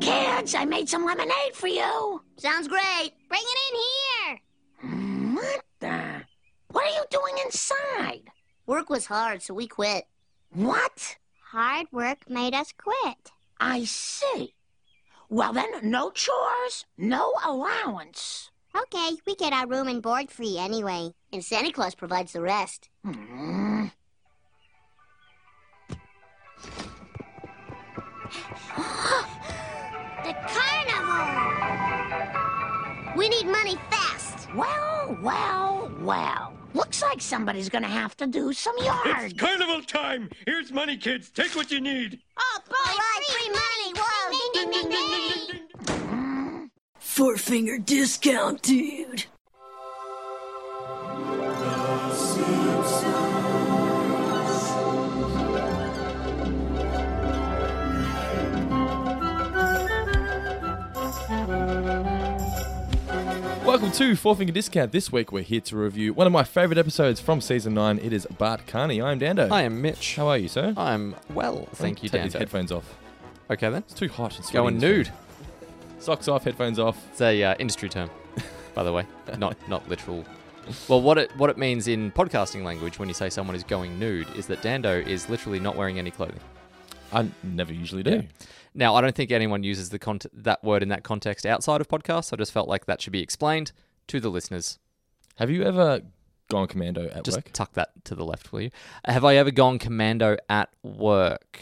Kids, I made some lemonade for you. Sounds great. Bring it in here. What the? What are you doing inside? Work was hard, so we quit. What? Hard work made us quit. I see. Well, then, no chores, no allowance. Okay, we get our room and board free anyway, and Santa Claus provides the rest. Hmm. The carnival! We need money fast. Well, well, well. Looks like somebody's gonna have to do some It's yard. carnival time! Here's money, kids. Take what you need. Oh, boy, free, money! Whoa! Ding, ding, ding, ding, ding. Four finger discount, dude. Welcome to Four Finger Discount. This week we're here to review one of my favourite episodes from season nine. It is Bart Carney. I'm Dando. I am Mitch. How are you, sir? I'm well, thank you, Take these Dan. headphones off. Okay then, It's too hot and sweaty. going in this nude. room. Socks off, headphones off. It's a uh, industry term, by the way, not not literal. Well, what it what it means in podcasting language when you say someone is going nude is that Dando is literally not wearing any clothing. I never usually do. Now, I don't think anyone uses the cont- that word in that context outside of podcasts. I just felt like that should be explained to the listeners. Have you ever gone commando at Just work? tuck that to the left, will you? Have I ever gone commando at work?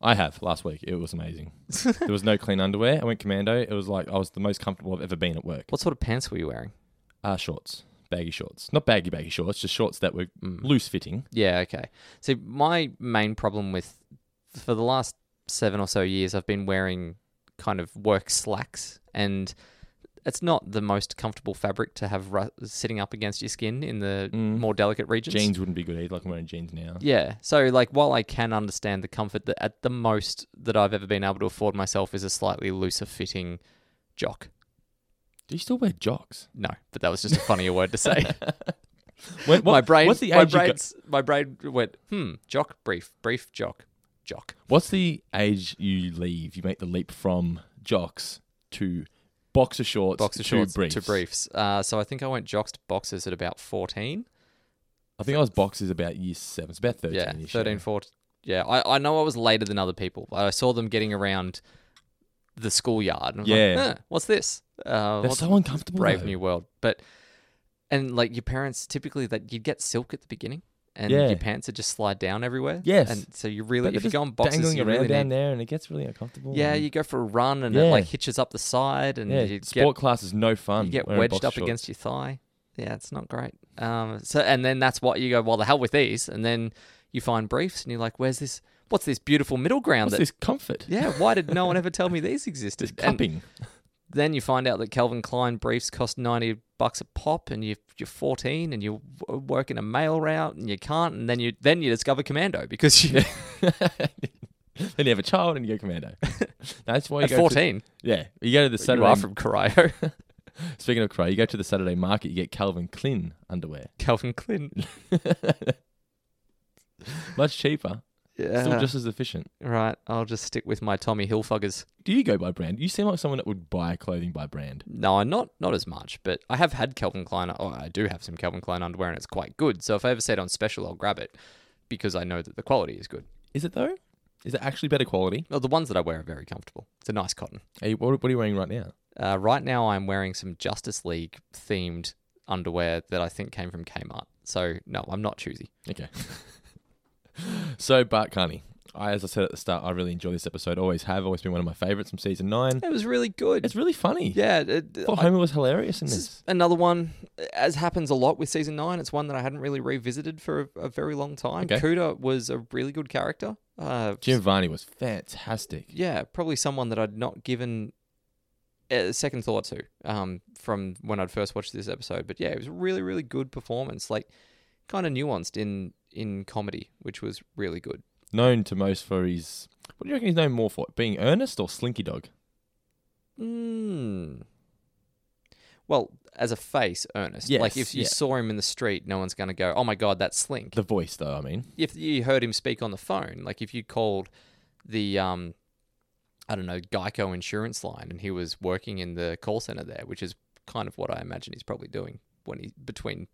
I have last week. It was amazing. there was no clean underwear. I went commando. It was like I was the most comfortable I've ever been at work. What sort of pants were you wearing? Ah, shorts. Baggy shorts. Not baggy, baggy shorts, just shorts that were Mm. loose fitting. Yeah, okay. So my main problem with for the last seven or so years, I've been wearing kind of work slacks, and it's not the most comfortable fabric to have ru- sitting up against your skin in the more delicate regions. Mm. Jeans wouldn't be good either. Like I'm wearing jeans now. Yeah. So like while I can understand the comfort that at the most that I've ever been able to afford myself is a slightly looser fitting jock. Do you still wear jocks? No, but that was just a funnier word to say. When, what- my brain What's the my age? you go- brains, my brain went, "Hmm, jock brief, brief jock, jock." What's the age you leave? You make the leap from jocks to boxer shorts, boxer to shorts briefs. to briefs. Uh, so I think I went jocks to boxers at about 14. I think I was boxers about year seven. It's about thirteen. yeah, -ish, 13, 14. Yeah, I, I know I was later than other people. I saw them getting around the schoolyard. and I was like, Yeah. "Huh, what's this? Uh, They're what's so uncomfortable. Brave though. New World. But, and like your parents, typically that you'd get silk at the beginning. And Yeah. your pants would just slide down everywhere. Yes. And so you But really, they're if you just go on boxes, dangling you around really down need, there, and it gets really uncomfortable. yeah, and- you go for a run and it Yeah. like hitches up the side and yeah. you get sport class is no fun. You get wearing wedged boxer up shorts. against your thigh. Yeah, it's not great. Um, so and then that's what you go. Well, the hell with these. And then you find briefs, and you're like, "Where's this? What's this beautiful middle ground?" What's that, this comfort? Yeah, why did no one ever tell me these existed? This And cupping. then you find out that Calvin Klein briefs cost ninety bucks a pop, and you, you're 14, and you're w- working a mail route, and you can't. And then you then you discover Commando because you then you have a child and you go commando. That's why you at go to- 14 yeah, you go to the you Saturday. are from Corio. Speaking of Cray, you go to the Saturday market. You get Calvin Klein underwear, Calvin Klein. much cheaper, Yeah. still just as efficient. right. I'll just stick with my Tommy Hilfiger's. Do you go by brand? You seem like someone that would buy clothing by brand. No, not not as much, but I have had Calvin Klein. Oh, I do have some Calvin Klein underwear, and it's quite good. So if I ever see it on special, I'll grab it because I know that the quality is good. Is it though? Is it actually better quality? Well, the ones that I wear are very comfortable. It's a nice cotton. Hey, what, what are you wearing right now? Uh, right now, I'm wearing some Justice League themed underwear that I think came from Kmart. So no, I'm not choosy. Okay. so Bart Carney, I, as I said at the start, I really enjoy this episode. Always have. Always been one of my favorites from season nine. It was really good. It's really funny. yeah, it, I thought Homer was hilarious in This this. is another one, as happens a lot with season nine. It's one that I hadn't really revisited for a, a very long time. Okay. Kuda was a really good character. Uh, Giovanni was fantastic. yeah, probably someone that I'd not given a second thought to um, from when I'd first watched this episode. But yeah, it was a really, really good performance. Like, kind of nuanced in in comedy, which was really good. Known to most for his. What do you reckon he's known more for? Being earnest or Slinky Dog? Mm. Well, as a face, Ernest. Like, Yes, if you yeah. saw him in the street, no one's going to go, "Oh my god, that's Slink." The voice, though. I mean, if you heard him speak on the phone, like if you called the um I don't know, Geico insurance line, and he was working in the call center there, which is kind of what I imagine he's probably doing when he between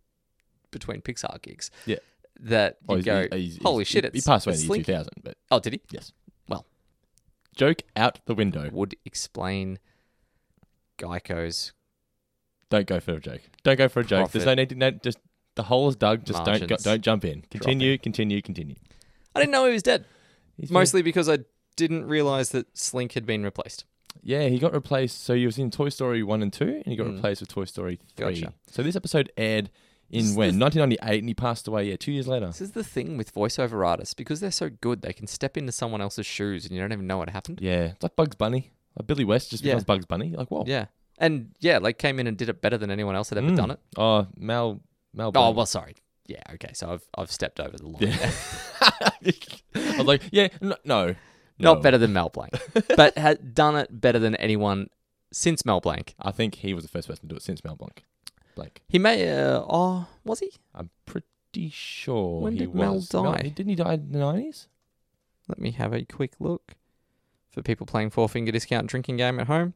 between Pixar gigs. Yeah. That you Oh, he's- go, he's- he's- holy he- shit! He It's, passed away it's in the year Slinky." 2000, but Oh, did he? yes. Well. Joke out the window. Would explain Geico's Don't go for a joke. Don't go for a joke. There's no Profit. need to. No, just the hole is dug. Just don't go, Margins. don't jump in. Continue, continue, continue. I didn't know he was dead. He's Mostly because I didn't realize that Slink had been replaced. Yeah, he got replaced. So he was in Toy Story one and two, and he got replaced with Toy Story three. Mm. Gotcha. So this episode aired in when 1998, and he passed away. Yeah, two years later. This is the thing with voiceover artists because they're so good, they can step into someone else's shoes and you don't even know what happened. Yeah, it's like Bugs Bunny. Like Billy West just Yeah. becomes Bugs Bunny. Like whoa. Yeah. And yeah, like came in and did it better than anyone else had ever Mm. done it. Oh, Mal. Mal. Oh, Blanc. well, sorry. Yeah, okay. So I've I've stepped over the line. I was like, yeah, no, no, Not no. better than Mel Blanc, but had done it better than anyone since Mel Blanc. I think he was the first person to do it since Mal Blanc. Blank. He may, uh, oh, was he? I'm pretty sure When he did was. Mel No, die? he- didn't he die in the nineties? Let me have a quick look for people playing four finger discount drinking game at home.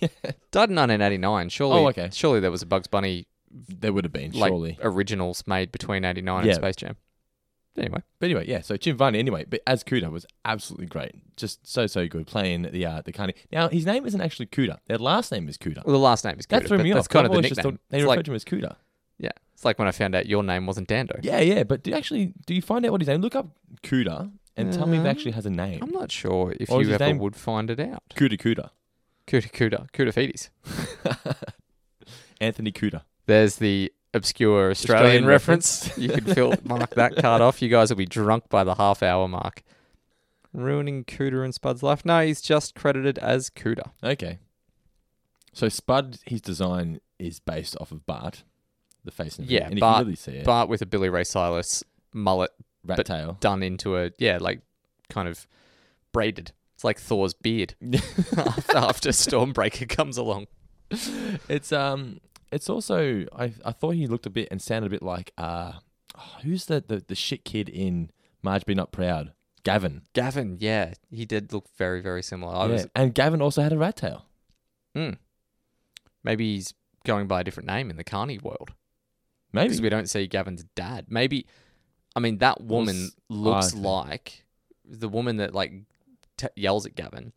Died in 1989. Surely, Oh, okay. surely there was a Bugs Bunny There would have been like surely. originals made between 89 Yeah. and Space Jam. Anyway, But anyway, yeah. So Chimvani, anyway, but as Kuda was absolutely great, just so so good playing the uh, the carny. Now his name isn't actually Kuda. Their last name is Kuda. well, the last name is Cuda, that threw but me that's off. kind of I've the always just nickname. thought They It's referred like, to him as Kuda. yeah, it's like when I found out your name wasn't Dando. Yeah, yeah. But do you actually do you find out what his name? Look up Kuda and tell me if it Um, actually has a name. I'm not sure if Or was you his ever name- would find it out. Kuda Kuda. Cuda Cuda Cuda Fedes. Anthony Kuda. There's the obscure Australian, Australian reference. you can fill mark that card off. You guys will be drunk by the half hour mark. Ruining Cooter and Spud's life. No, he's just credited as Cooter. Okay. So Spud, his design is based off of Bart, the face. And everything, Yeah, and you Bart- can really see it. Bart with a Billy Ray Silas mullet Rat but- tail. done into a yeah, like kind of braided. It's like Thor's beard after, after Stormbreaker comes along. It's um, it's also I I thought he looked a bit and sounded a bit like uh, oh, who's the, the the shit kid in Marge Be Not Proud? Gavin. Gavin, yeah, he did look very very similar. I yeah. was and Gavin also had a rat tail. maybe he's going by a different name in the Carney world. Maybe because we don't see Gavin's dad. Maybe, I mean, that woman s- looks okay. like the woman that like t- yells at Gavin.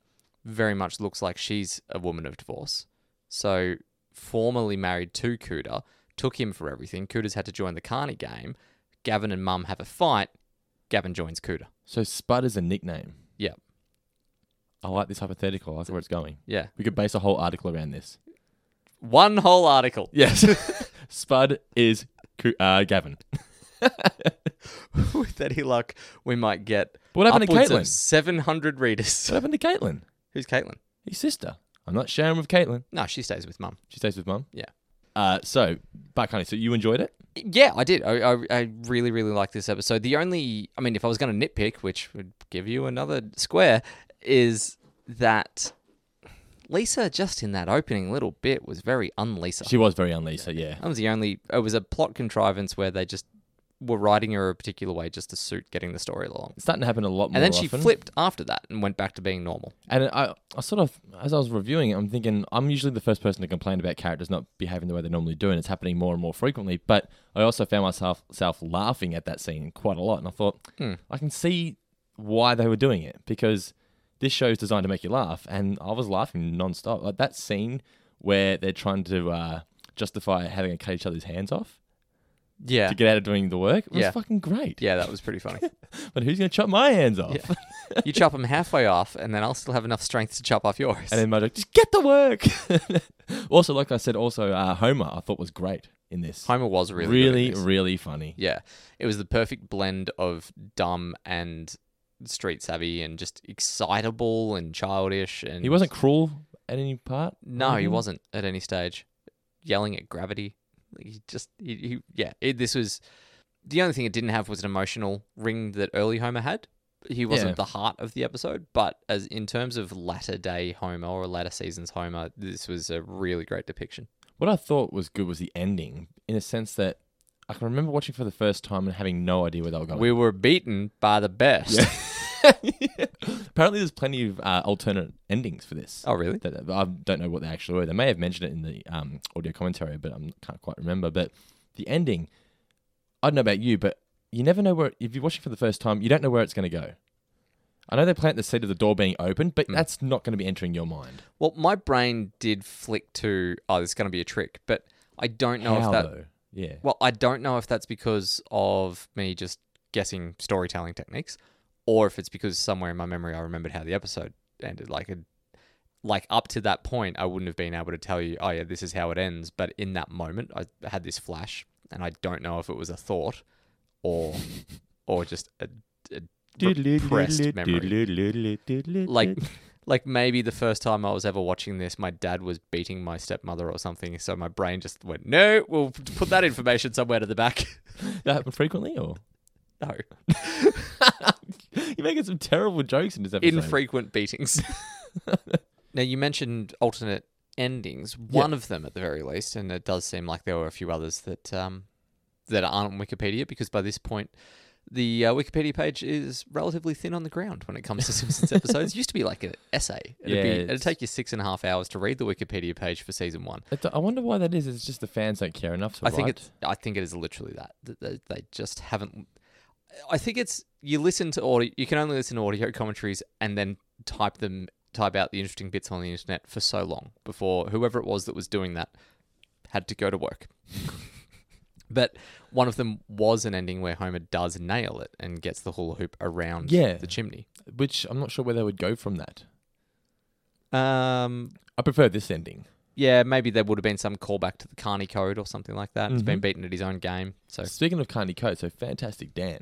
Very much looks like she's a woman of divorce. So formerly married to Cooter, took him for everything. Cooter's had to join the Carney game. Gavin and Mum have a fight. Gavin joins Cooter. so. Spud is a nickname. Yeah, I like this hypothetical. I like where it's going. yeah. We could base a whole article around this. One whole article. Yes, Spud is Coo- uh, Gavin. With any luck, we might get What happened to upwards Caitlin? of seven hundred readers. What happened to Caitlin? Who's Caitlin? His sister. I'm not sharing with Caitlin. No, she stays with Mum. She stays with mum. Yeah. Uh, so Bart Honey, so you enjoyed it? Yeah, I did. I, I, I really, really liked this episode. The only, I mean, if I was going to nitpick, which would give you another square, is that Lisa, just in that opening little bit, was very un-Lisa. She was very unleashed. Yeah. that was the only, it was a plot contrivance where they just were writing her a particular way just to suit getting the story along. It's starting to happen a lot more. And then she often. flipped after that and went back to being normal. And I, I sort of, as I was reviewing it, I'm thinking I'm usually the first person to complain about characters not behaving the way they normally do, and it's happening more and more frequently. But I also found myself self laughing at that scene quite a lot, and I thought Hmm. I can see why they were doing it because this show's designed to make you laugh, and I was laughing nonstop. Like that scene where they're trying to uh, justify having to cut each other's hands off Yeah. to get out of doing the work was Yeah. fucking great. Yeah, that was pretty funny. But who's gonna chop my hands off? you chop them halfway off, and then I'll still have enough strength to chop off yours. And then Mojo, just get the work. also, like I said, also uh, Homer, I thought was great in this. Homer was really, good at really, this. really funny. Yeah. It was the perfect blend of dumb and street savvy and just excitable and childish and He wasn't Mm-hmm. cruel at any part. No, he wasn't at any stage yelling at gravity. He just he, he yeah, it, this was the only thing it didn't have was an emotional ring that early Homer had. He wasn't Yeah. the heart of the episode, but as in terms of latter day Homer or latter seasons Homer, this was a really great depiction. What I thought was good was the ending, in a sense that I can remember watching for the first time and having no idea where they were going. We were beaten by the best. Apparently, there's plenty of uh, alternate endings for this. Oh, really? That, I don't know what they actually were. They may have mentioned it in the um, audio commentary, but I can't quite remember. But the ending, I don't know about you, but you never know where. If you're watching for the first time, you don't know where it's going to go. I know they plant the seed of the door being open, but Mm. that's not going to be entering your mind. Well, my brain did flick to, oh, there's going to be a trick, but I don't know How, if that. though? Yeah. Well, I don't know if that's because of me just guessing storytelling techniques, or if it's because somewhere in my memory I remembered how the episode ended. Like, it, like up to that point, I wouldn't have been able to tell you, oh yeah, this is how it ends. But in that moment, I had this flash, and I don't know if it was a thought, or, or just a, a repressed memory. Like, Mm-hmm. like maybe the first time I was ever watching this, my dad was beating my stepmother or something, so my brain just went, no, we'll put that information somewhere to the back. that happen frequently, or No. you're making some terrible jokes in this episode. Infrequent beatings. now, you mentioned alternate endings, one of them at the very least, and it does seem like there were a few others that um, that aren't on Wikipedia because by this point, the uh, Wikipedia page is relatively thin on the ground when it comes to Simpsons episodes. It used to be like an essay. It'd, Yeah, be, it's- it'd take you six and a half hours to read the Wikipedia page for season one. I don't- I wonder why that is. It's just the fans don't care enough to I think write. it's. I think it is literally that. Th- They, they just haven't. I think it's. You listen to audio. You can only listen to audio commentaries and then type them, type out the interesting bits on the internet for so long before whoever it was that was doing that had to go to work. but one of them was an ending where Homer does nail it and gets the hula hoop around Yeah. the chimney. which I'm not sure where they would go from that. Um, I prefer this ending. yeah, maybe there would have been some callback to the Carney Code or something like that. He's Mm-hmm. been beaten at his own game, so Speaking of Carney Coates, so fantastic Dan,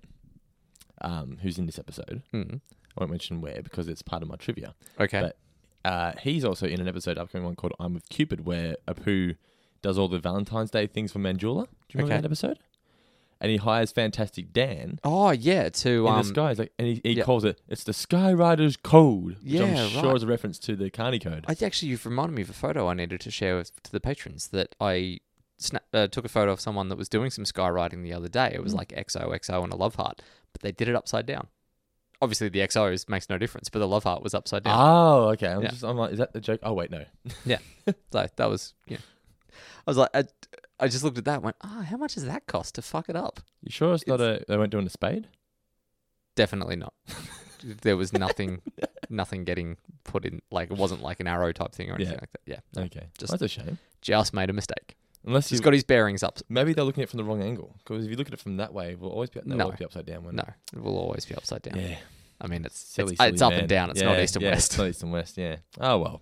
um, who's in this episode. Mhm. I won't mention where because it's part of my trivia. okay. But uh, he's also in an episode, upcoming one called "I'm with Cupid," where Apu does all the Valentine's Day things for Manjula. Do you remember Okay. that episode? And he hires Fantastic Dan Oh yeah, to in um, the skies, like, and he, he yeah. calls it "It's the Sky Rider's Code," which I'm Yeah, sure right. is a reference to the Carney Code. I actually you've reminded me of a photo I needed to share with, to the patrons that I sna- uh, took a photo of someone that was doing some skywriting the other day. Hmm. It was like XOXO and a love heart, but they did it upside down. Obviously, the XOs makes no difference, but the love heart was upside down. Oh, okay. I'm Yeah. just, I'm like, is that the joke? Oh, wait, no. Yeah, so that was yeah. I was like, I, I just looked at that, and went, ah, how much does that cost to fuck it up? You sure it's, not a? They weren't doing a spade. Definitely not. there was nothing, nothing getting put in. Like it wasn't like an arrow type thing or anything Yeah. like that. Yeah, no, Okay, just- that's a shame. just made a mistake. Unless He's you've got his bearings up. Maybe they're looking at it from the wrong angle. Because if you look at it from that way, we'll always be, they'll No. always be upside down. won't No, it will always be upside they? down. Yeah. I mean, it's Silly, it's, silly it's up man. and down. It's not Yeah, east and yeah, west. It's not east and west, yeah. Oh, well.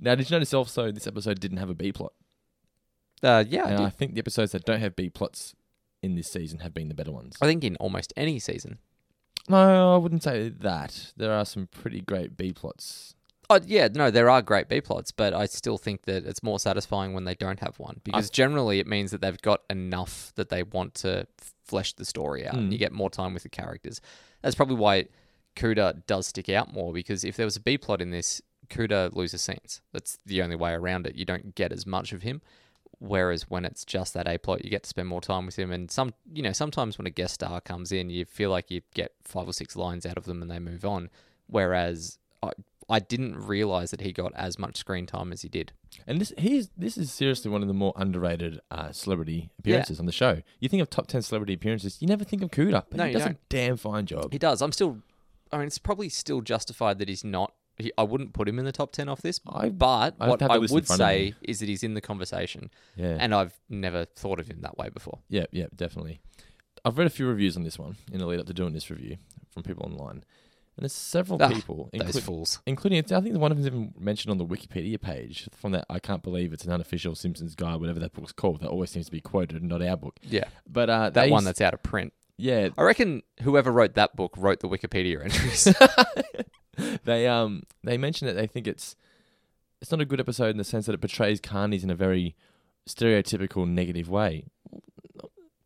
Now, did you notice also this episode didn't have a B plot? Uh, yeah, I, and did. I think the episodes that don't have B plots in this season have been the better ones. I think in almost any season. No, I wouldn't say that. There are some pretty great B plots. Oh yeah, no, there are great B plots, but I still think that it's more satisfying when they don't have one because generally it means that they've got enough that they want to flesh the story out, and you get more time with the characters. That's probably why Kuda does stick out more because if there was a B plot in this, Kuda loses scenes. That's the only way around it. You don't get as much of him. Whereas when it's just that A plot, you get to spend more time with him, and some, you know, sometimes when a guest star comes in, you feel like you get five or six lines out of them and they move on. Whereas uh, I, I didn't realize that he got as much screen time as he did. And this he's this is seriously one of the more underrated uh, celebrity appearances on the show. You think of top 10 celebrity appearances, you never think of Kuda. But No, he you does a don't. damn fine job. He does. I'm still, I mean, it's probably still justified that he's not. He, I wouldn't put him in the top ten off this, I- but I'd have what to have I a list in would front of me. say is that he's in the conversation, yeah. and I've never thought of him that way before. Yeah, yeah, definitely. I've read a few reviews on this one in the lead up to doing this review from people online, and there's several Ah, people, Those inclu- fools. including I think one of them's even mentioned on the Wikipedia page from that. I can't believe it's an unofficial Simpsons guide, whatever that book's called. That always seems to be quoted, and not our book. Yeah, But uh, that they one s- that's out of print. yeah, I reckon whoever wrote that book wrote the Wikipedia entries. they um they mention that they think it's it's not a good episode in the sense that it portrays carnies in a very stereotypical negative way.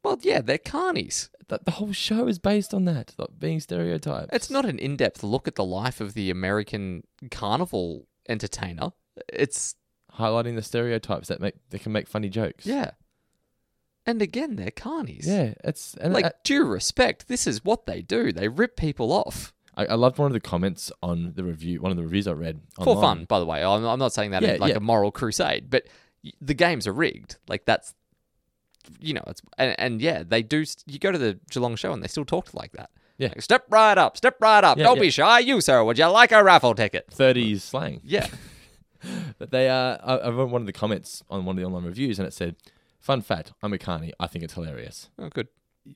well, yeah, they're carnies. That the whole show is based on that, like being stereotyped. It's not an in-depth look at the life of the American carnival entertainer. It's highlighting the stereotypes that make that can make funny jokes. yeah, and again, they're carnies. Yeah, it's and uh, like I, due respect, this is what they do. They rip people off. I, I loved one of the comments on the review, one of the reviews I read. for online. fun, by the way. I'm, I'm not saying that in, Yeah, like yeah. a moral crusade, but y- the games are rigged. Like that's, you know, it's and, and yeah, they do. s- You go to the Geelong show and they still talk like that. Yeah. Like, step right up, step right up. Yeah, Don't yeah. be shy. You sir, would you like a raffle ticket? 30s slang. Yeah, But they uh, I, I read one of the comments on one of the online reviews, and it said, "Fun fact: I'm a carny. I think it's hilarious." oh, good.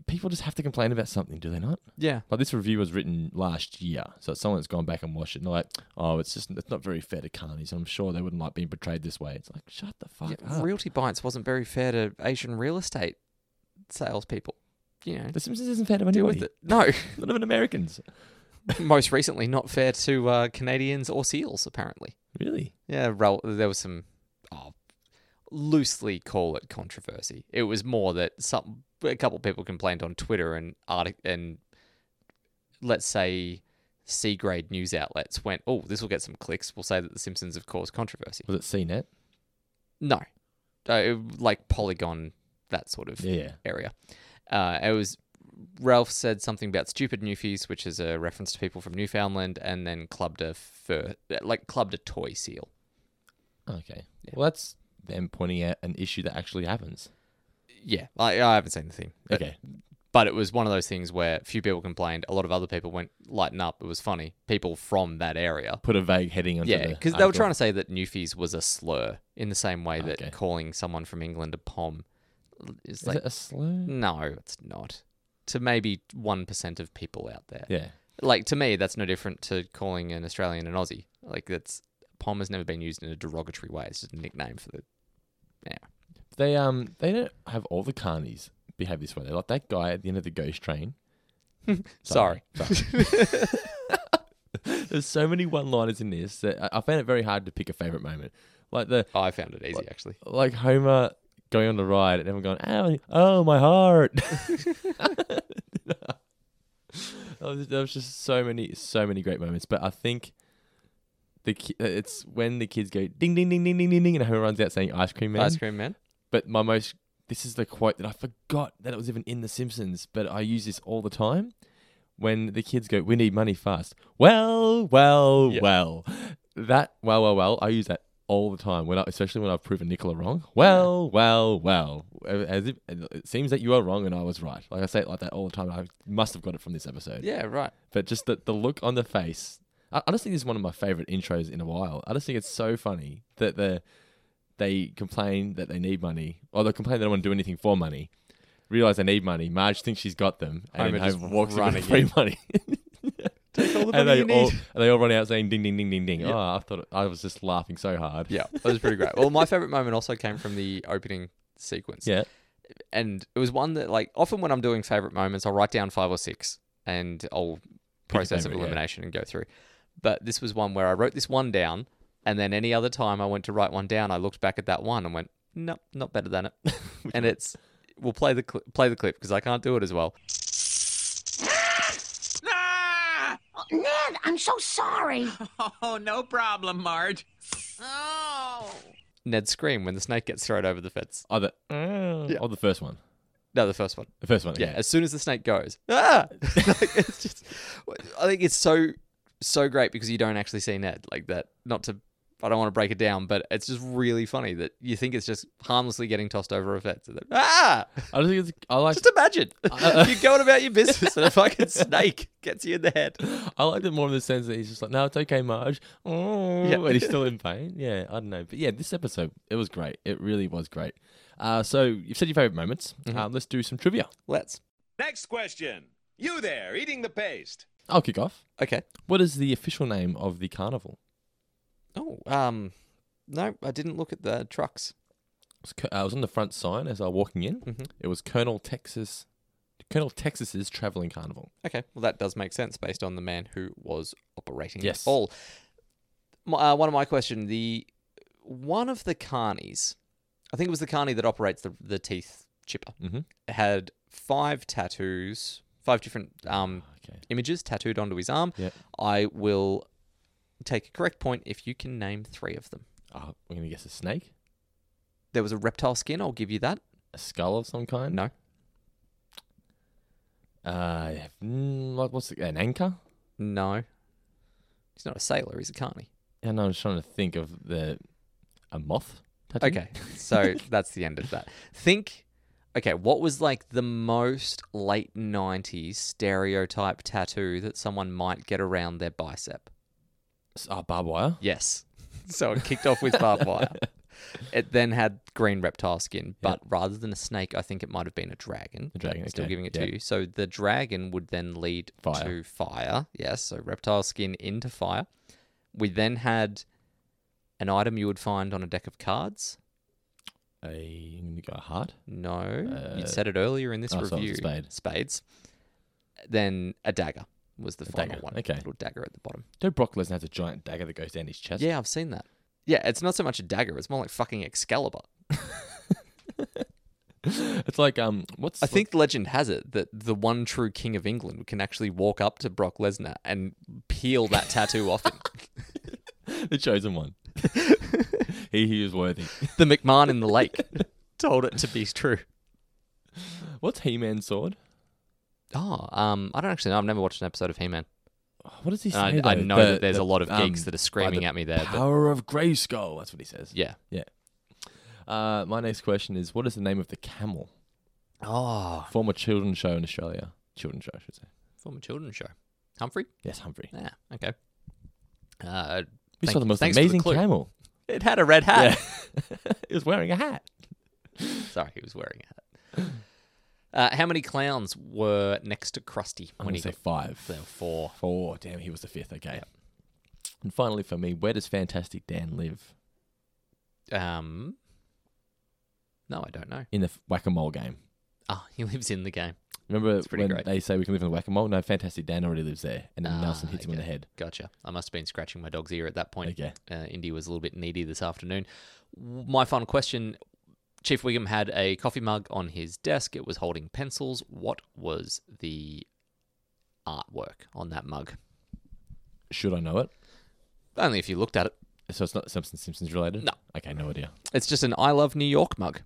People just have to complain about something, do they not? Yeah, Like this review was written last year, so someone's gone back and watched it, and they're like, "Oh, it's just it's not very fair to carnies." And I'm sure they wouldn't like being portrayed this way. It's like, shut the fuck yeah up. Realty bites wasn't very fair to Asian real estate salespeople. You know, The Simpsons isn't fair to deal anybody. with it. No, Not even Americans, most recently, not fair to uh, Canadians or seals apparently. really. Yeah, rel- there was some. Oh, loosely call it controversy. It was more that some a couple people complained on Twitter and artic- and let's say C grade news outlets went, "Oh, this will get some clicks. We'll say that the Simpsons have caused controversy." Was it CNET? No, uh, it- like Polygon, that sort of Yeah, yeah. area. Uh, it was Ralph said something about stupid newfies, which is a reference to people from Newfoundland, and then clubbed a fur, like clubbed a toy seal. Okay. Well, that's them pointing out an issue that actually happens. Yeah, I, I haven't seen the thing. But, Okay. but it was one of those things where a few people complained, a lot of other people went lighten up. It was funny. People from that area. Put a vague heading onto Yeah, the because they were article. trying to say that Newfies was a slur in the same way that Okay. calling someone from England a pom is Is like Mm. it a slur? no, it's not. To maybe one percent of people out there. Yeah. Like to me, that's no different to calling an Australian an Aussie. Like that's pom has never been used in a derogatory way. It's just a nickname for the They um they don't have all the carnies behave this way. They're like that guy at the end of the ghost train. Sorry. There's so many one liners in this that I, I found it very hard to pick a favourite moment. Like the I found it easy actually. like Homer going on the ride and everyone going, Oh, oh my heart Oh, there was just so many so many great moments. But I think the ki- it's when the kids go ding ding ding ding ding ding ding and Homer runs out saying ice cream man. Ice cream man. but my most this is the quote that I forgot that it was even in The Simpsons, but I use this all the time when the kids go, "We need money fast." Well, well, well. That well, well, well. I use that all the time when, I, especially when I've proven Nicola wrong. Well, well, well. As if it seems that you are wrong and I was right. Like I say it like that all the time. I must have got it from this episode. Yeah, right. But just the, the look on the face. I, I just think this is one of my favorite intros in a while. I just think it's so funny that the they complain that they need money, or they complain they don't want to do anything for money. Realize they need money. Marge thinks she's got them, and Homer then just Homer walks in running with free in. money. and they all and they all run out saying ding ding ding ding ding. Oh, I thought it, I was just laughing so hard. Yeah, that was pretty great. Well, my favorite moment also came from the opening sequence. yeah. And it was one that, like, often when I'm doing favorite moments, I'll write down five or six and I'll process of favourite, yeah. elimination and go through. But this was one where I wrote this one down. And then any other time I went to write one down, I looked back at that one and went, nope, not better than it. and it's, we'll play the, cl- play the clip because I can't do it as well. Ah! Oh, Ned, I'm so sorry. Oh, no problem, Marge. Oh. Ned scream when the snake gets thrown over the fence. Oh, the oh the first one. No, the first one. The first one. Yeah, Yeah. as soon as the snake goes, ah, Like, it's just. I think it's so so great because you don't actually see Ned like that. Not to, I don't want to break it down, but it's just really funny that you think it's just harmlessly getting tossed over a fence. And then, ah, I just think it's, I like just imagine you're going about your business and a fucking snake gets you in the head. I liked it more in the sense that he's just like, no, it's okay, Marge. Oh, Yeah. yeah. and he's still in pain. Yeah, I don't know. But yeah, this episode, it was great. It really was great. Uh, so you've said your favorite moments. Mm-hmm. Uh, let's do some trivia. Let's Next question. You there, eating the paste. I'll kick off. okay. What is the official name of the carnival? Oh, um, no, I didn't look at the trucks. It was, co- uh, it was on the front sign as I was walking in. Mhm. It was Colonel Texas, Colonel Texas's traveling carnival. Okay, well that does make sense based on the man who was operating Yes. it all. M- uh, one of my question: the one of the carnies, I think it was the carny that operates the the teeth chipper, Mhm. had five tattoos, five different um, Okay. images tattooed onto his arm. Yep. I will take a correct point if you can name three of them. Uh, we're going to guess a snake, There was a reptile skin. I'll give you that. a skull of some kind. No, Uh, mm, what- what's the, an anchor? No. He's not a sailor, he's a carny. And I was trying to think of the a moth. tattoo? Okay, so that's the end of that. Think, okay, what was like the most late 90s stereotype tattoo that someone might get around their bicep? S- Ah, barbed wire. Yes. So it kicked off with barbed wire. It then had green reptile skin, but rather than a snake, I think it might have been a dragon. The dragon, Still okay, giving it yeah. to you. So the dragon would then lead Fire. to fire. Yes. So reptile skin into fire. We then had an item you would find on a deck of cards. A I'm gonna go heart. No. you said it earlier in this oh, so it was a review. spade. Spades. Then a dagger was the final dagger, one. okay. Little dagger at the bottom. Don't Brock Lesnar has a giant dagger that goes down his chest? Yeah, I've seen that. Yeah, it's not so much a dagger, it's more like fucking Excalibur. It's like um, what's I think legend has it that the one true king of England can actually walk up to Brock Lesnar and peel that tattoo off him. the chosen one. he who is worthy. The McMahon in the lake told it to be true. What's He Man's sword? Oh, um, I don't actually know. I've never watched an episode of He Man. What does he say? I, Uh, I though? know The- that there's a the, lot of um, geeks that are screaming at me there. But Power of Grayskull. That's what he says. yeah. Yeah. Uh, my next question is: What is the name of the camel? Oh, Former children's show in Australia. Children's show, I should say. former children's show. Humphrey? Yes, Humphrey. Yeah, okay. Uh, We thank- saw the most thanks for the amazing clue. Ah! camel. It had a red hat. he was wearing a hat. Sorry, he was wearing a hat. Uh, how many clowns were next to Krusty I'm when gonna he say got five. there? Four. Four. Damn, he was the fifth. Okay. And finally, for me, where does Fantastic Dan live Um, no, I don't know. in the Whack a Mole game? Ah, he lives in the game. Remember It's pretty when great. they say we can live in the Whack a Mole? No, Fantastic Dan already lives there, and then Nelson Ah, hits him in the head. Gotcha. I must have been scratching my dog's ear at that point. Okay. Uh, Indy was a little bit needy this afternoon. W- My final question Chief Wiggum had a coffee mug on his desk. It was holding pencils. What was the artwork on that mug? Should I know it? Only if you looked at it. So it's not something Simpsons related. No. Okay, no idea. It's just an I Love New York mug.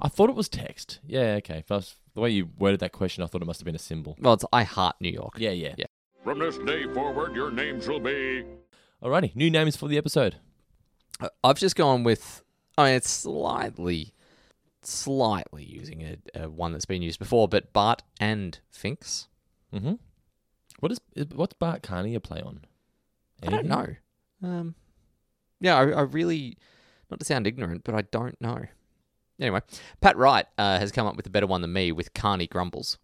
I thought it was text. Yeah. Okay. First, the way you worded that question, I thought it must have been a symbol. Well, it's I Heart New York. Yeah. Yeah. Yeah. From this day forward, your name shall be. Alrighty. New names for the episode. I- Uh, I've just gone with. I mean, it's slightly, slightly using a, a one that's been used before, but Bart and Finks. Mm-hmm. What is is- what's Bart Carney a play on? I don't Anything? know. Mm-hmm. Um, yeah, I, I really, not to sound ignorant, but I don't know. Anyway, Pat Wright uh, has come up with a better one than me with Carney Grumbles.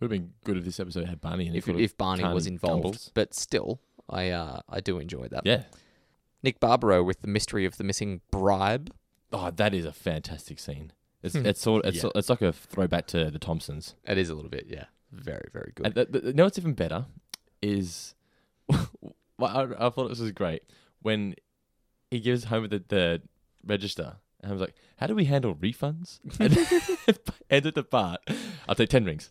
Would have been good if this episode had Barney in it. If, called it if Barney Carney was involved, Gumbles. but still, I uh, I do enjoy that. Yeah. Nick Barbaro with the mystery of the missing bribe. Oh, that is a fantastic scene. It's it's sort it's, Yeah. sort- it's like a throwback to the Thompsons. It is a little bit, yeah, very very good. And th- th- you know what's even better is well, I, I thought this was great when he gives Homer the, the register. And I was like, "How do we handle refunds?" And and at the part, I'll take ten rings.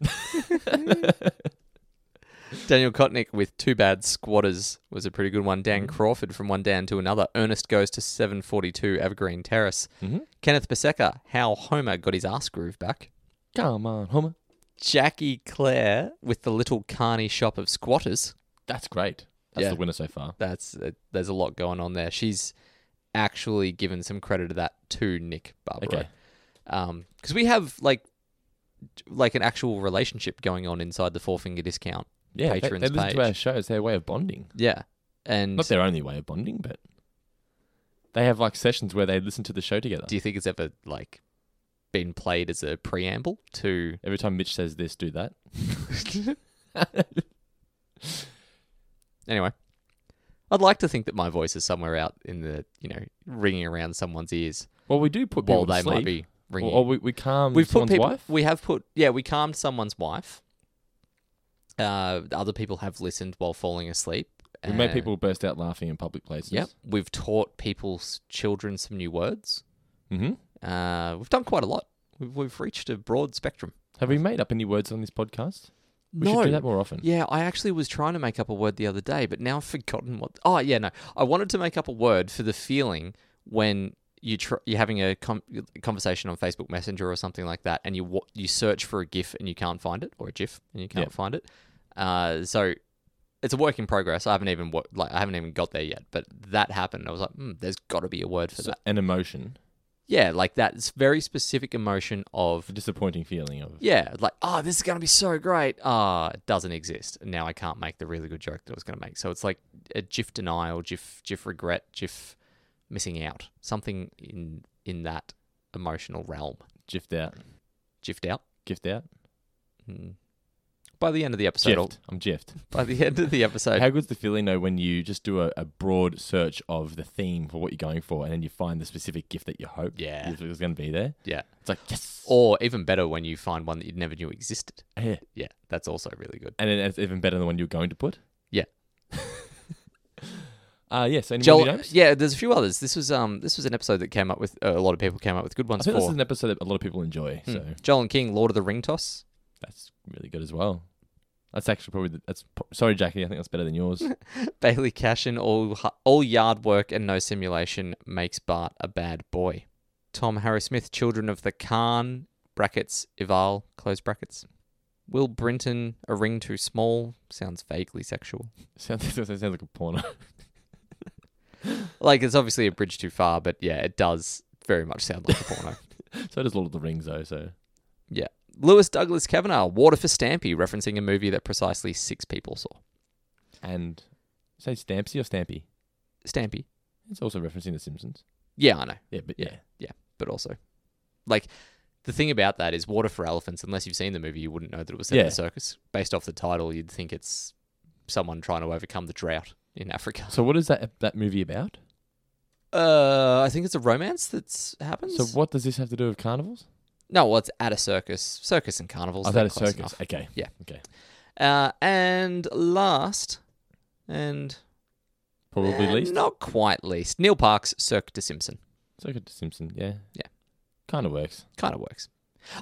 Daniel Kotnick with Two Bad Squatters was a pretty good one. Dan Mm-hmm. Crawford from One Dan to Another. Ernest Goes to 742 Evergreen Terrace. Mm-hmm. Kenneth Paseka, How Homer Got His Ass Groove Back. Come on, Homer. Jackie Clare with The Little Carney Shop of Squatters. That's great. That's Yeah. the winner so far. That's uh, There's a lot going on there. She's actually given some credit to that to Nick Barbaro. Okay. Because we have like like an actual relationship going on inside the Four Finger Discount Yeah, they, patrons they listen page. to our show. It's their way of bonding. yeah. And Not their only way of bonding, but they have like sessions where they listen to the show together. Do you think it's ever like been played as a preamble to? Every time Mitch says this, do that. Anyway, I'd like to think that my voice is somewhere out in the you know ringing around someone's ears Well, we do put while people to they might sleep. be Or, ringing. or we, we calm We've put someone's people. wife. We have put yeah. We calmed someone's wife. Uh, other people have listened while falling asleep. We make Uh, people burst out laughing in public places. Yep. We've taught people's children some new words. hmm Uh, we've done quite a lot. We've, we've reached a broad spectrum. Have we made up any words on this podcast? We should do that more often. Yeah, I actually was trying to make up a word the other day, but now I've forgotten what. Oh, yeah, no. I wanted to make up a word for the feeling when you tr- you're having a com- conversation on Facebook Messenger or something like that, and you wa- you search for a GIF and you can't find it, or a GIF and you can't Yeah. find it. Uh, so it's a work in progress. I haven't even wor- like I haven't even got there yet, but that happened. I was like, hmm, there's got to be a word for So, that. an emotion, Yeah, like that s- very specific emotion of a disappointing feeling of. yeah, like oh, this is gonna be so great. Ah, it doesn't exist. Now I can't make the really good joke that I was gonna make. So it's like a GIF denial, GIF GIF regret, GIF missing out. Something in in that emotional realm. Gift out. GIFed out. Hmm. Gift out. By the end of the episode, I'll- Gift. I'm gift. by the end of the episode, How good's the feeling though when you just do a, a broad search of the theme for what you're going for, and then you find the specific gift that you hope Yeah. is, is going to be there? yeah. It's like yes, Or even better, when you find one that you never knew existed. yeah. Yeah, that's also really good. and then it's even better than the one you're going to put. Yeah, Uh yes. Any Joel. more names? Yeah, there's a few others. This was um this was an episode that came up with uh, a lot of people came up with good I ones think this is for an episode that a lot of people enjoy, Hmm. so Joel and King, Lord of the Ring Toss. that's really good as well. That's actually probably the, that's pro- sorry Jackie, I think that's better than yours. Bailey Cashin, all hu- all yard work and no simulation makes Bart a bad boy. Tom Harris Smith, Children of the Khan brackets Ival close brackets. Will Brinton, a ring too small sounds vaguely sexual. sounds, sounds sounds like a porno. Like it's obviously a bridge too far, but yeah, it does very much sound like a porno. so does Lord of the Rings though. So Yeah. Lewis Douglas Kavanagh, Water for Stampy, referencing a movie that precisely six people saw. and say Stampsy or Stampy. Stampy. It's also referencing The Simpsons. Yeah, I know. Yeah, but yeah. Yeah. But also, like, the thing about that is Water for Elephants, unless you've seen the movie, you wouldn't know that it was set in Yeah. a circus. Based off the title, you'd think it's someone trying to overcome the drought in Africa. So what is that that movie about? Uh, I think it's a romance that's happens. So what does this have to do with carnivals? No, well, it's at a circus. Circus and carnivals. I've they're had a close circus. enough. Okay. Yeah. Okay. Uh, and last, and Probably Eh, least. Not quite least. Neil Parks, Cirque de Simpson. So good to Simpson. Yeah. Yeah. Kind of works. Kind of works.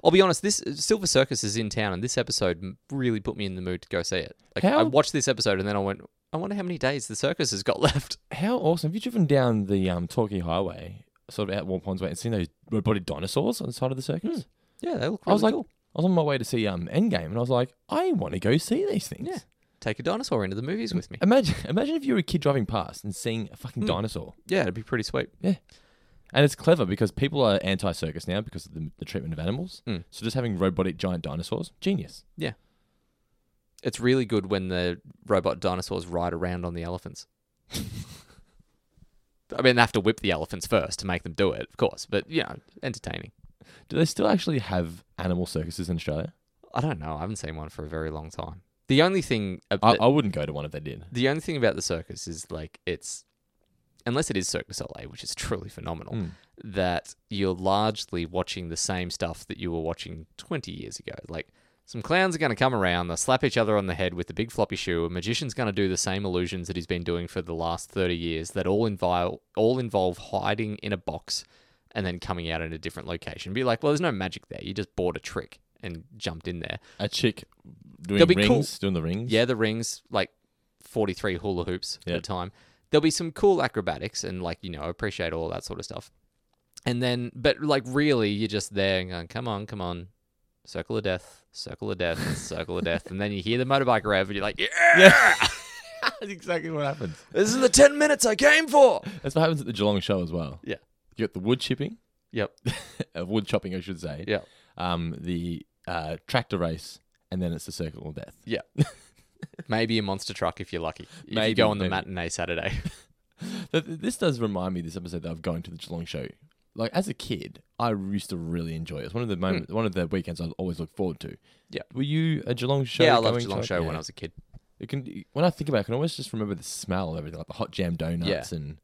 I'll be honest, this uh, Silver Circus is in town, and this episode m- really put me in the mood to go see it. Like, I How- watched this episode, and then I went, I wonder how many days the circus has got left. How awesome! Have you driven down the um, Torquay Highway, sort of out Warm Ponds Way, and seen those red-bodied dinosaurs on the side of the circus? Yeah, they look I was Hmm. really like, cool. I was on my way to see um, Endgame, and I was like, I want to go see these things. Yeah. Take a dinosaur into the movies with me. Imagine, imagine if you were a kid driving past and seeing a fucking Hmm. dinosaur. Yeah, it'd be pretty sweet. And it's clever because people are anti-circus now because of the, the treatment of animals. Mm. So just having robotic giant dinosaurs, genius. It's really good when the robot dinosaurs ride around on the elephants. I mean, they have to whip the elephants first to make them do it, of course, but, you know, entertaining. Do they still actually have animal circuses in Australia? I don't know. I haven't seen one for a very long time. The only thing, ab- I, I wouldn't go to one if they did. the only thing about the circus is like it's, unless it is Cirque du Soleil, which is truly phenomenal, that you're largely watching the same stuff that you were watching 20 years ago. Like some clowns are going to come around, they'll slap each other on the head with the big floppy shoe. A magician's going to do the same illusions that he's been doing for the last 30 years. That all involve all involve hiding in a box. And then coming out in a different location, be like, well, there's no magic there. You just bought a trick and jumped in there. A chick doing They'll be rings, cool. doing the rings. Yeah, the rings, like 43 hula hoops at Yeah. a time. There'll be some cool acrobatics and, like, you know, appreciate all that sort of stuff. And then, but like, really, you're just there and going, come on, come on, circle of death, circle of death, circle of death. And then you hear the motorbike rev and you're like, yeah, that's exactly what happens. this is the 10 minutes I came for. That's what happens at the Geelong show as well. Yeah. You got the wood chipping, Yep. uh, wood chopping, I should say. Yeah. Um, the uh, tractor race, and then it's the circle of death. Yeah. Maybe a monster truck if you're lucky. If you Maybe, go on the maybe. matinee Saturday. Th- th- This does remind me this episode that I've gone to the Geelong show. Like as a kid, I used to really enjoy it. It's one of the moments, one of the weekends I always look forward to. Hmm. Yeah. Were you a Geelong show? yeah, I loved going Geelong type? Show when Yeah. I was a kid. It can, when I think about it, I can always just remember the smell of everything, like the hot jam donuts and.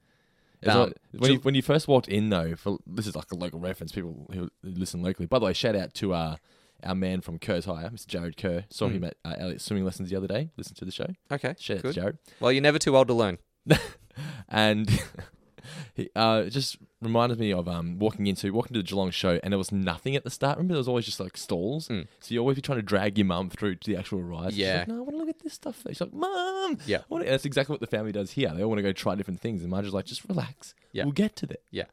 it's Um, like- when, you, Geel- when you first walked in, though, for this is like a local reference. People who listen locally. By the way, shout out to uh, our man from Kerr's Hire, Mr. Jared Kerr. Saw him at uh, Elliot's swimming lessons the other day. Listened to the show. Okay. Shout out to good. Jared Well, you're never too old to learn. and he, uh, it just reminded me of um, walking into walking to the Geelong show, and there was nothing at the start. Remember, there was always just like stalls, so you always be trying to drag your mum through to the actual ride. Hmm. She's Yeah. like, no, I want to look at this stuff. She's like, mum, Yeah. I wanna-" and that's exactly what the family does here. They all want to go try different things, and Marge's like, just relax. Yeah. we'll get to that. Yeah.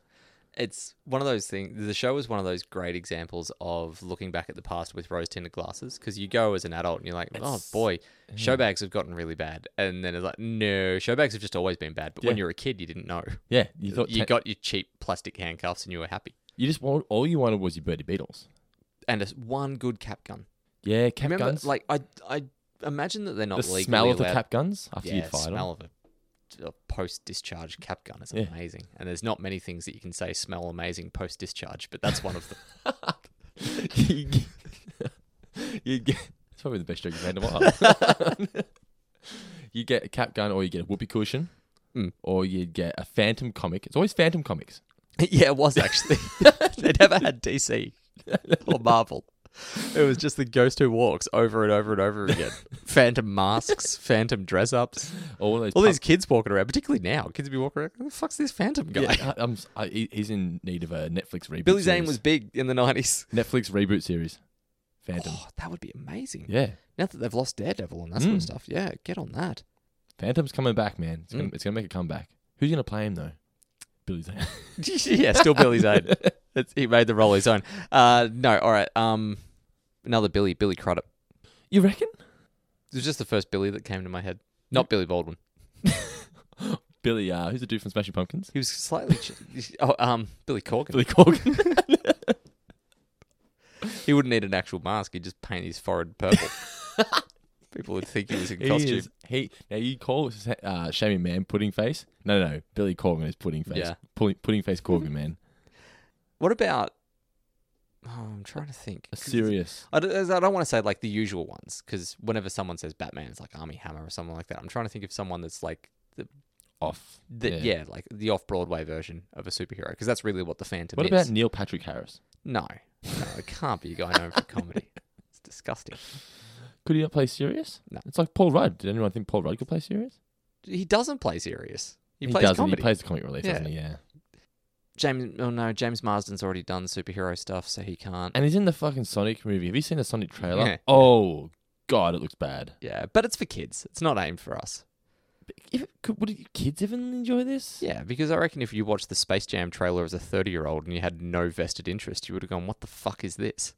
it's one of those things. The show is one of those great examples of looking back at the past with rose tinted glasses because you go as an adult and you're like, oh boy, show bags have gotten really bad. And then it's like, no, show bags have just always been bad. But when Yeah. you were a kid, you didn't know. Yeah, you You, thought you, got your cheap plastic handcuffs and you were happy. you just want all you wanted was your Birdie Beatles. And it's one good cap gun. Yeah, cap Remember, guns. like, I, I imagine that they're not the legally smell of the allowed- cap guns after yeah, you'd fired them. smell of a, a post-discharge cap gun is Yeah. amazing, and there's not many things that you can say smell amazing post-discharge, but that's one of them. you get, you get- it's probably the best joke you've made in a while. you get a cap gun, or you get a whoopee cushion, Mm. or you get a phantom comic. It's always phantom comics. yeah, it was actually. they never had DC or Marvel. It was just the ghost who walks over and over and over again. phantom masks, phantom dress-ups. All those. All pub- these kids walking around, particularly now, kids be walking around. Who the fuck's this phantom guy? Yeah, I, I'm, si he's in need of a Netflix reboot. Billy Zane series. was big in the nineties. Netflix reboot series. Phantom. Oh, that would be amazing. Yeah, Now that they've lost Daredevil and that sort of Mm. stuff, yeah, get on that. Phantom's coming back, man. It's gonna, Mm. it's gonna make a comeback. Who's gonna play him though? Billy Zane. yeah, still Billy's own. It's, he made the role his own. Uh, no, all right. Um, another Billy, Billy Crudup. you reckon? It was just the first Billy that came to my head. Not Billy Baldwin. Billy, uh, who's the dude from Smashing Pumpkins? He was slightly. Ch- oh, um, Billy Corgan. Billy Corgan. He wouldn't need an actual mask. He'd just paint his forehead purple. People would think he was in He costume. is- he now you call uh, Shammy Man Pudding Face? No, no, no. Billy Corgan is Pudding Face. Yeah. Pudding, pudding Face Corgan, man. What about? Oh, I'm trying to think. A serious. I don't, I don't want to say like the usual ones because whenever someone says Batman, it's like Army Hammer or someone like that. I'm trying to think of someone that's like the Off. the, yeah. like the off Broadway version of a superhero, because that's really what the Phantom What is. about Neil Patrick Harris? no, no, it can't be a guy known for comedy. It's disgusting. Could he not play serious? No. It's like Paul Rudd. Did anyone think Paul Rudd could play serious? He doesn't play serious. He, plays doesn't. comedy. He plays the comic relief, Yeah. doesn't he? Yeah. James. Oh no, James Marsden's already done superhero stuff, so he can't. And he's in the fucking Sonic movie. Have you seen the Sonic trailer? Yeah. Oh God, it looks bad. yeah, but it's for kids. It's not aimed for us. If, could, would kids even enjoy this? Yeah, because I reckon if you watched the Space Jam trailer as a thirty-year-old and you had no vested interest, you would have gone, "What the fuck is this?"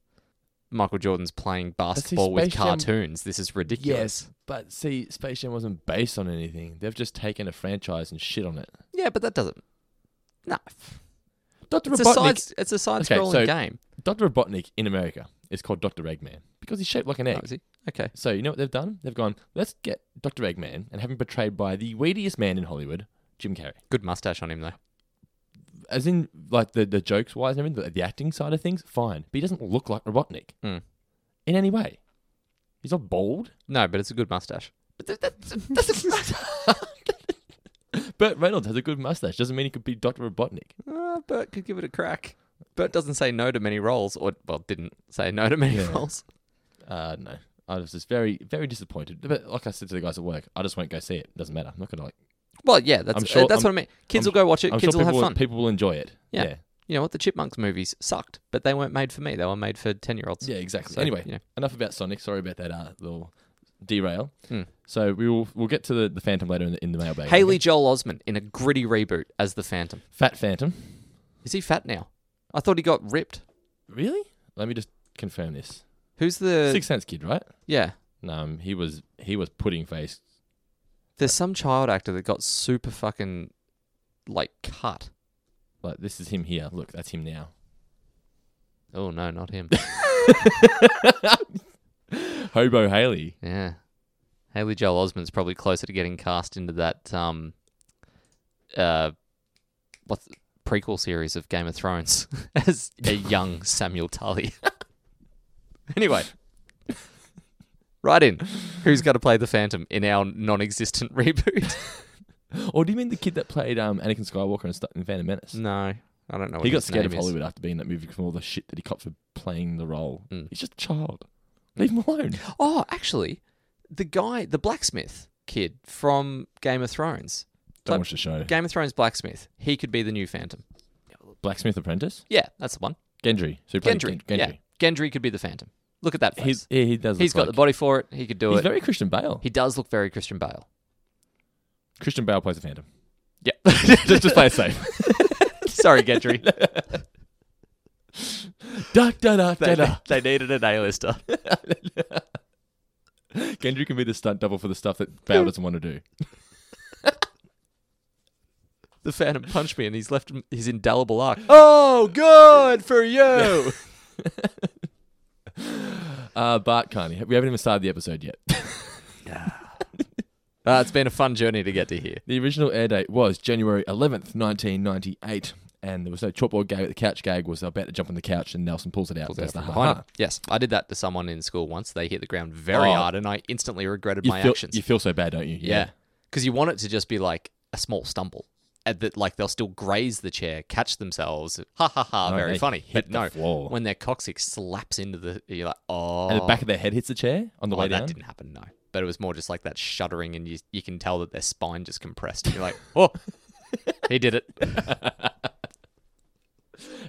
Michael Jordan's playing basketball with Space Jam- cartoons. This is ridiculous. Yes, but see, Space Jam wasn't based on anything. They've just taken a franchise and shit on it. Yeah, but that doesn't. No, Doctor it's a Robotnik. side. It's a side-scrolling Okay, so- game. Doctor Robotnik in America is called Doctor Eggman because he's shaped like an Oh, egg. is he? Okay. So you know what they've done? They've gone, let's get Doctor Eggman and have him portrayed by the weediest man in Hollywood, Jim Carrey. Good mustache on him though. As in, like the the jokes wise and everything, the, the acting side of things, fine. But he doesn't look like Robotnik Hmm. in any way. He's not bald. No, but it's a good mustache. But that- that's, that's a- Burt Reynolds has a good mustache. Doesn't mean he could be Doctor Robotnik. Uh, Bert could give it a crack. Bert doesn't say no to many roles, or well, didn't say no to many Yeah. roles. Uh, no. I was just very, very disappointed. But like I said to the guys at work, I just won't go see it. Doesn't matter. I'm not gonna like. Well, yeah, that's I'm sure- uh, that's I'm- what I mean. Kids I'm- will go watch it. I'm Kids sure will people have fun. People will enjoy it. Yeah. yeah, You know what? The Chipmunks movies sucked, but they weren't made for me. They were made for ten-year-olds. Yeah, exactly. So, anyway, you know. enough about Sonic. Sorry about that uh, little derail. Hmm. So we will we'll get to the, the Phantom later in the, in the mailbag. Haley okay? Joel Osment in a gritty reboot as the Phantom. Fat Phantom. Is he fat now? I thought he got ripped. Really? Let me just confirm this. Who's the? Six Sense kid, right? Yeah. No, um, he was he was pudding face. There's some child actor that got super fucking like cut. Like this is him here. Look, that's him now. Oh no, not him. Hobo Haley. yeah. Haley Joel Osment's probably closer to getting cast into that um uh what's prequel series of Game of Thrones as a young Samuel Tully. anyway. Right in. Who's going to play the Phantom in our non-existent reboot? Or Oh, do you mean the kid that played um, Anakin Skywalker and stuff in Phantom Menace? no, Mm. I don't know. What he got his scared name of is. Hollywood after being in that movie from all the shit that he copped for playing the role. Mm. He's just a child. Leave him alone. Oh, actually, the guy, the blacksmith kid from Game of Thrones, Don't Like- watch the show. Game of Thrones blacksmith, he could be the new Phantom. Blacksmith Apprentice. Yeah, that's the one. Gendry. So he played Gendry. Gen- Yeah, Gendry could be the Phantom. Look at that face. He's, he, he does. he's look got like- the body for it. He could do He's it. very Christian Bale. he does look very Christian Bale. Christian Bale plays the Phantom. Yeah. just, just play it safe. Sorry, Gendry. Da da da da They, da. they needed an A-lister. Gendry can be the stunt double for the stuff that Bao doesn't want to do. The Phantom punched me, and he's left him- his indelible arc. Oh, good for you. Uh, Bart Carney, we haven't even started the episode yet. Uh, it's been a fun journey to get to here. the original air date was January 11th, 1998, and there was no chalkboard gag. The couch gag was about to jump on the couch, and Nelson pulls it out. and does the From ha behind ha. him. Yes, I did that to someone in school once. They hit the ground very Oh. hard, and I instantly regretted You my feel, actions. you feel so bad, don't you? yeah, because you want it to just be like a small stumble, and that like they'll still graze the chair, catch themselves. Ha ha ha! No, very they funny. hit but the no, floor. when their coccyx slaps into the, you're like, oh, And the back of their head hits the chair on the oh, way that down. didn't happen. No, but it was more just like that shuddering, and you you can tell that their spine just compressed. You're like, oh, he did it.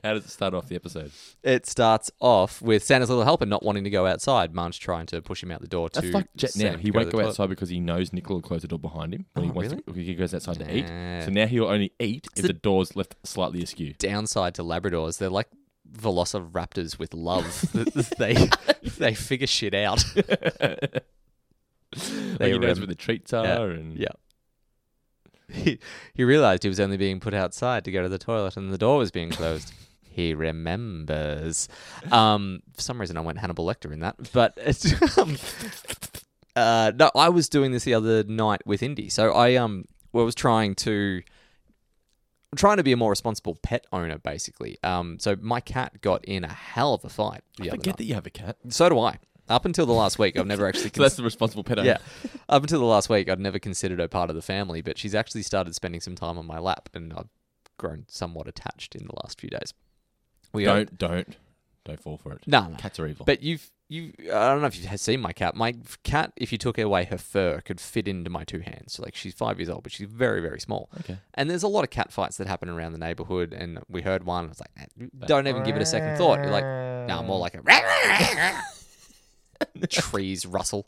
How does it start off the episode? It starts off with Santa's little helper not wanting to go outside. Marge trying to push him out the door to. That's like Jet Sam now. to He to won't the go toilet. outside because he knows Nicola will close the door behind him when he Oh, wants to, really? he goes outside to eat. So Damn. now he'll only eat if the- the door's left slightly askew. Downside to Labradors, they're like velociraptors with love. they they figure shit out. Like he were, knows um, where the treats are yeah, and yeah. He, he realized he was only being put outside to go to the toilet and the door was being closed. he remembers. Um, for some reason, I went Hannibal Lecter in that, but it's, um, uh, no, I was doing this the other night with Indy. So I um, well, I was trying to. I'm trying to be a more responsible pet owner, basically. Um, so my cat got in a hell of a fight. The I other forget night. that you have a cat. So do I. Up until the last week, I've never actually. So that's the responsible pet owner. Yeah. Up until the last week, I'd never considered her part of the family, but she's actually started spending some time on my lap, and I've grown somewhat attached in the last few days. We are- Don't don't don't fall for it. No, no. Cats are evil. But you've you I don't know if you've seen my cat. My f- cat, if you took away her fur, could fit into my two hands. So, like she's five years old, but she's very very small. Okay. And there's a lot of cat fights that happen around the neighborhood, and we heard one. and It's like eh, don't even give it a second thought. You're like no, more like a trees rustle.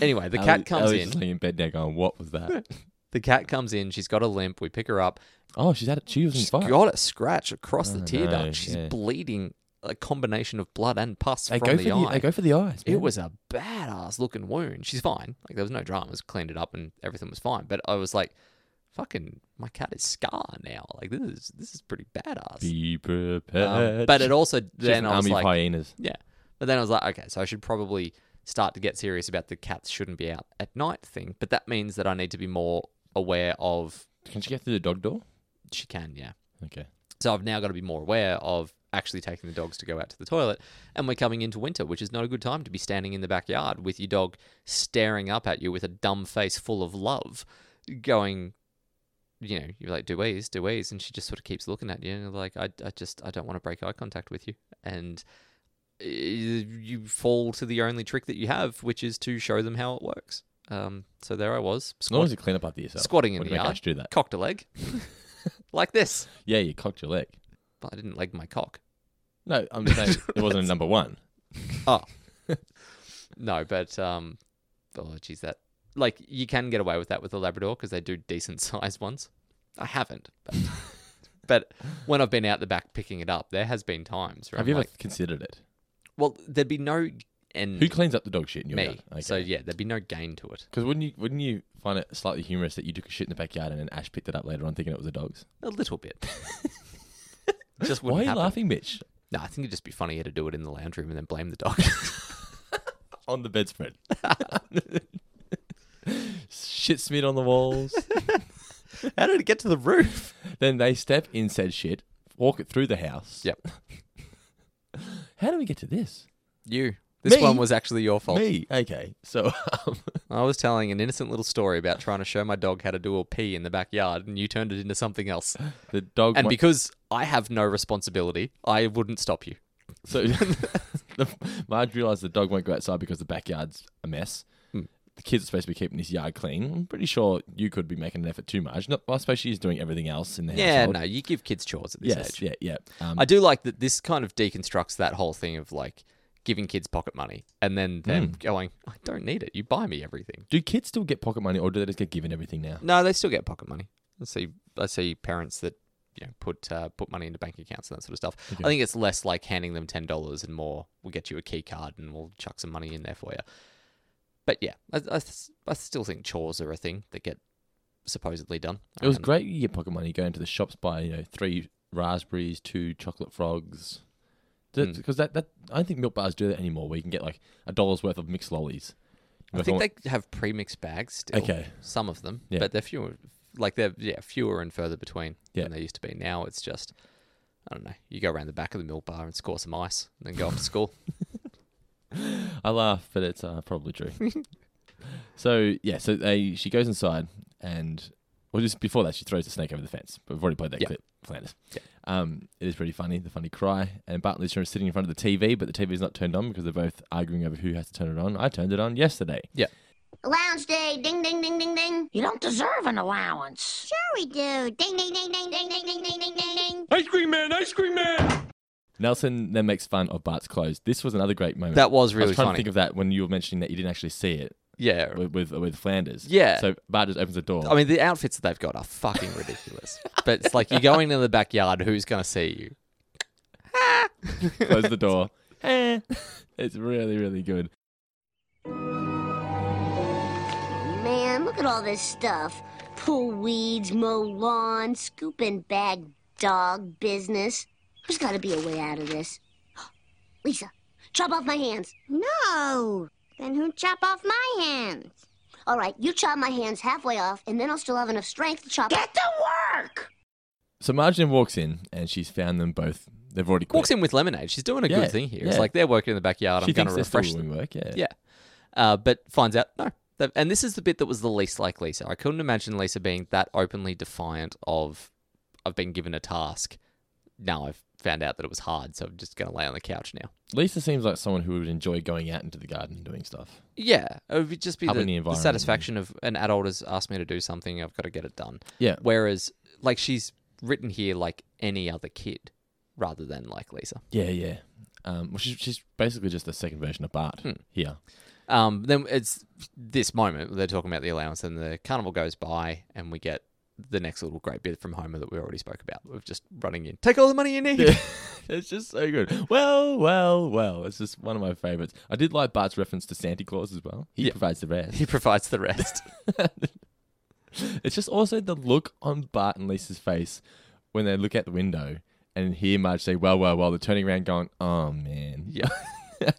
anyway, the cat Ali- comes Ali's in. just laying in bed now, going, "What was that?" The cat comes in. She's got a limp. We pick her up. oh, she's had it. She was in She's fire. got a scratch across the Oh, tear no, duct. She's yeah. bleeding. A combination of blood and pus They from go the for the, eye. they go for the eyes. It man. was a badass looking wound. She's fine. Like there was no dramas. Cleaned it up and everything was fine. But I was like, fucking, my cat is scar now. Like this is this is pretty badass. be prepared. Um, but it also She's then an I was army of like, hyenas. yeah. But then I was like, okay, so I should probably start to get serious about the cats shouldn't be out at night thing. But that means that I need to be more aware of Can she get through the dog door? she can, yeah. Okay. So I've now got to be more aware of actually taking the dogs to go out to the toilet. And we're coming into winter, which is not a good time to be standing in the backyard with your dog staring up at you with a dumb face full of love, going, you know, you're like, do ease, do ease. And she just sort of keeps looking at you. And you're like, I, I just, I don't want to break eye contact with you. And uh, you fall to the only trick that you have, which is to show them how it works. Um, so there I was, As long as squat- you clean up after yourself. squatting in Wouldn't the make yard, us do that. cocked a leg, like this. Yeah, you cocked your leg. But I didn't leg my cock. No, I'm just saying it wasn't a number one. Oh. no, but um oh geez, that like you can get away with that with a Labrador because they do decent sized ones. I haven't, but, but when I've been out the back picking it up, there has been times. Where Have I'm you ever like, considered it? well, there'd be no and Who cleans up the dog shit in your me, yard? so yeah, there'd be no gain to it. Because wouldn't you wouldn't you find it slightly humorous that you took a shit in the backyard and then Ash picked it up later on thinking it was a dog's? A little bit. Just Why are wouldn't you happen. laughing, Mitch? No, I think it'd just be funnier to do it in the lounge room and then blame the dog. On the bedspread. shit smeared on the walls. How did it get to the roof? then they step in said shit, walk it through the house. Yep, How do we get to this? you. This Me? one was actually your fault. Me. Okay. So um, I was telling an innocent little story about trying to show my dog how to do a pee in the backyard, and you turned it into something else. the dog And went- because I have no responsibility, I wouldn't stop you. So the, Marge realised the dog won't go outside because the backyard's a mess. Hmm. The kids are supposed to be keeping this yard clean. I'm pretty sure you could be making an effort too, Marge. No, I suppose she's doing everything else in the Yeah, household. no, you give kids chores at this Yes, age. yeah, yeah. Um, I do like that this kind of deconstructs that whole thing of like giving kids pocket money and then Hmm. them going, I don't need it. You buy me everything. do kids still get pocket money, or do they just get given everything now? No, they still get pocket money. I see, I see parents that you know, put uh, put money into bank accounts and that sort of stuff. I think it's less like handing them ten dollars and more. We'll get you a key card and we'll chuck some money in there for you. But yeah, I, I, s- I still think chores are a thing that get supposedly done. It was around- great you get pocket money going to the shops, buy you know three raspberries, two chocolate frogs, Hmm. because that, that I don't think milk bars do that anymore. Where you can get like a dollar's worth of mixed lollies. I think they have premixed bags still. Okay. Some of them, Yeah. but they're fewer. Like they're yeah fewer and further between Yeah. than they used to be. Now it's just I don't know. You go around the back of the milk bar and score some ice, and then go off to school. I laugh, but it's uh, probably true. so yeah, so they she goes inside and well, just before that she throws the snake over the fence. But we've already played that Yeah. clip, Flanders. Yeah. Um, it is pretty funny, the funny cry. And Bart and Lisa are sitting in front of the TV, but the TV is not turned on because they're both arguing over who has to turn it on. I turned it on yesterday. Lounge day. Ding, ding, ding, ding, ding. You don't deserve an allowance. Sure we do. Ding, ding, ding, ding, ding, ding, ding, ding, ding, ding, ding. Ice cream man, ice cream man. Nelson then makes fun of Bart's clothes. This was another great moment. That was I really was trying funny. to think of that when you were mentioning that you didn't actually see it yeah, with with, with Flanders. Yeah. So Bart just opens the door. I mean the outfits that they've got are fucking ridiculous. but it's like you're going in the backyard. Who's gonna see you? close the door. Eh. it's really really good. Man, look at all this stuff. Pull weeds, mow lawn, scoop and bag dog business. There's gotta be a way out of this. Lisa, chop off my hands. No! Then who chop off my hands? All right, you chop my hands halfway off, and then I'll still have enough strength to chop. Get to work! So Margin walks in and she's found them both. They've already quit. Walks in with lemonade. She's doing a Yeah, good thing here. It's yeah. like they're working in the backyard. She I'm gonna thinks they're refresh still them. doing work. Yeah. Yeah. Uh, but finds out, no. That- And this is the bit that was the least like Lisa. I couldn't imagine Lisa being that openly defiant of, I've been given a task. Now I've found out that it was hard, so I'm just going to lay on the couch now. Lisa seems like someone who would enjoy going out into the garden and doing stuff. Yeah. It would be- just be Up in the, the the environment. satisfaction of an adult has asked me to do something, I've got to get it done. Yeah. Whereas, like, she's written here like any other kid rather than like Lisa. Yeah, yeah. Hmm. Um, well, she's, she's basically just the second version of Bart here. Um, then it's this moment they're talking about the allowance, and the carnival goes by, and we get the next little great bit from Homer that we already spoke about of just running in, take all the money you need. it's just so good. Well, well, well. It's just one of my favorites. I did like Bart's reference to Santa Claus as well. He Yeah. provides the rest. He provides the rest. It's just also the look on Bart and Lisa's face when they look out the window and hear Marge say, well, well, well, they're turning around going, oh, man. Yeah.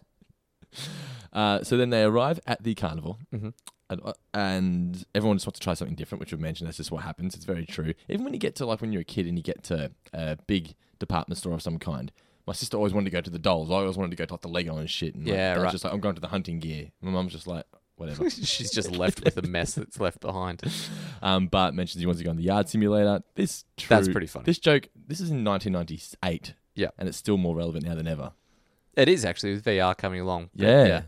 uh, so then they arrive at the carnival. Mm-hmm. And, uh, and everyone just wants to try something different, which we've mentioned. That's just what happens. It's very true. Even when you get to, like, when you're a kid and you get to a big department store of some kind. My sister always wanted to go to the dolls. I always wanted to go to, like, the Lego and shit. And, like, Yeah, Dad's right. just like, I'm going to the hunting gear. My mum's just like, whatever. She's just left with the mess that's left behind. Um, Bart mentions he wants to go on the yard simulator. This true, That's pretty funny. This joke. This is in 1998. Yeah. and it's still more relevant now than ever. It is actually with VR coming along. but Yeah,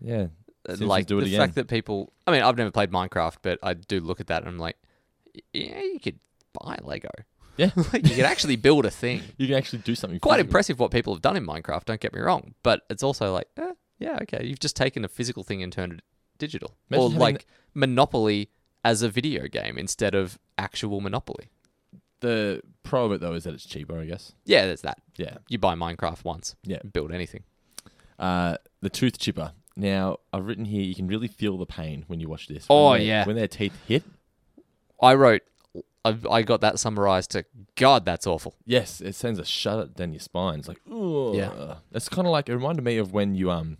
yeah. Uh, Simpsons like do it the again. fact that people. I mean, I've never played Minecraft, but I do look at that and I'm like, yeah, you could buy Lego. yeah, Like, you could actually build a thing. you can actually do something. quite physical. impressive what people have done in Minecraft. Don't get me wrong, but it's also like, eh, yeah, okay, you've just taken a physical thing and turned it digital, Imagine or having like th- Monopoly as a video game instead of actual Monopoly. The pro of it though is that it's cheaper, I guess. Yeah, there's that. Yeah. you buy Minecraft once, Yeah. build anything. Uh, the tooth chipper. Now I've written here. You can really feel the pain when you watch this. Oh, When they- yeah. when their teeth hit. I wrote, I, I got that summarized to God, that's awful. Yes, it sends a shudder down your spine. It's like, ooh, Yeah. It's kind of like it reminded me of when you um,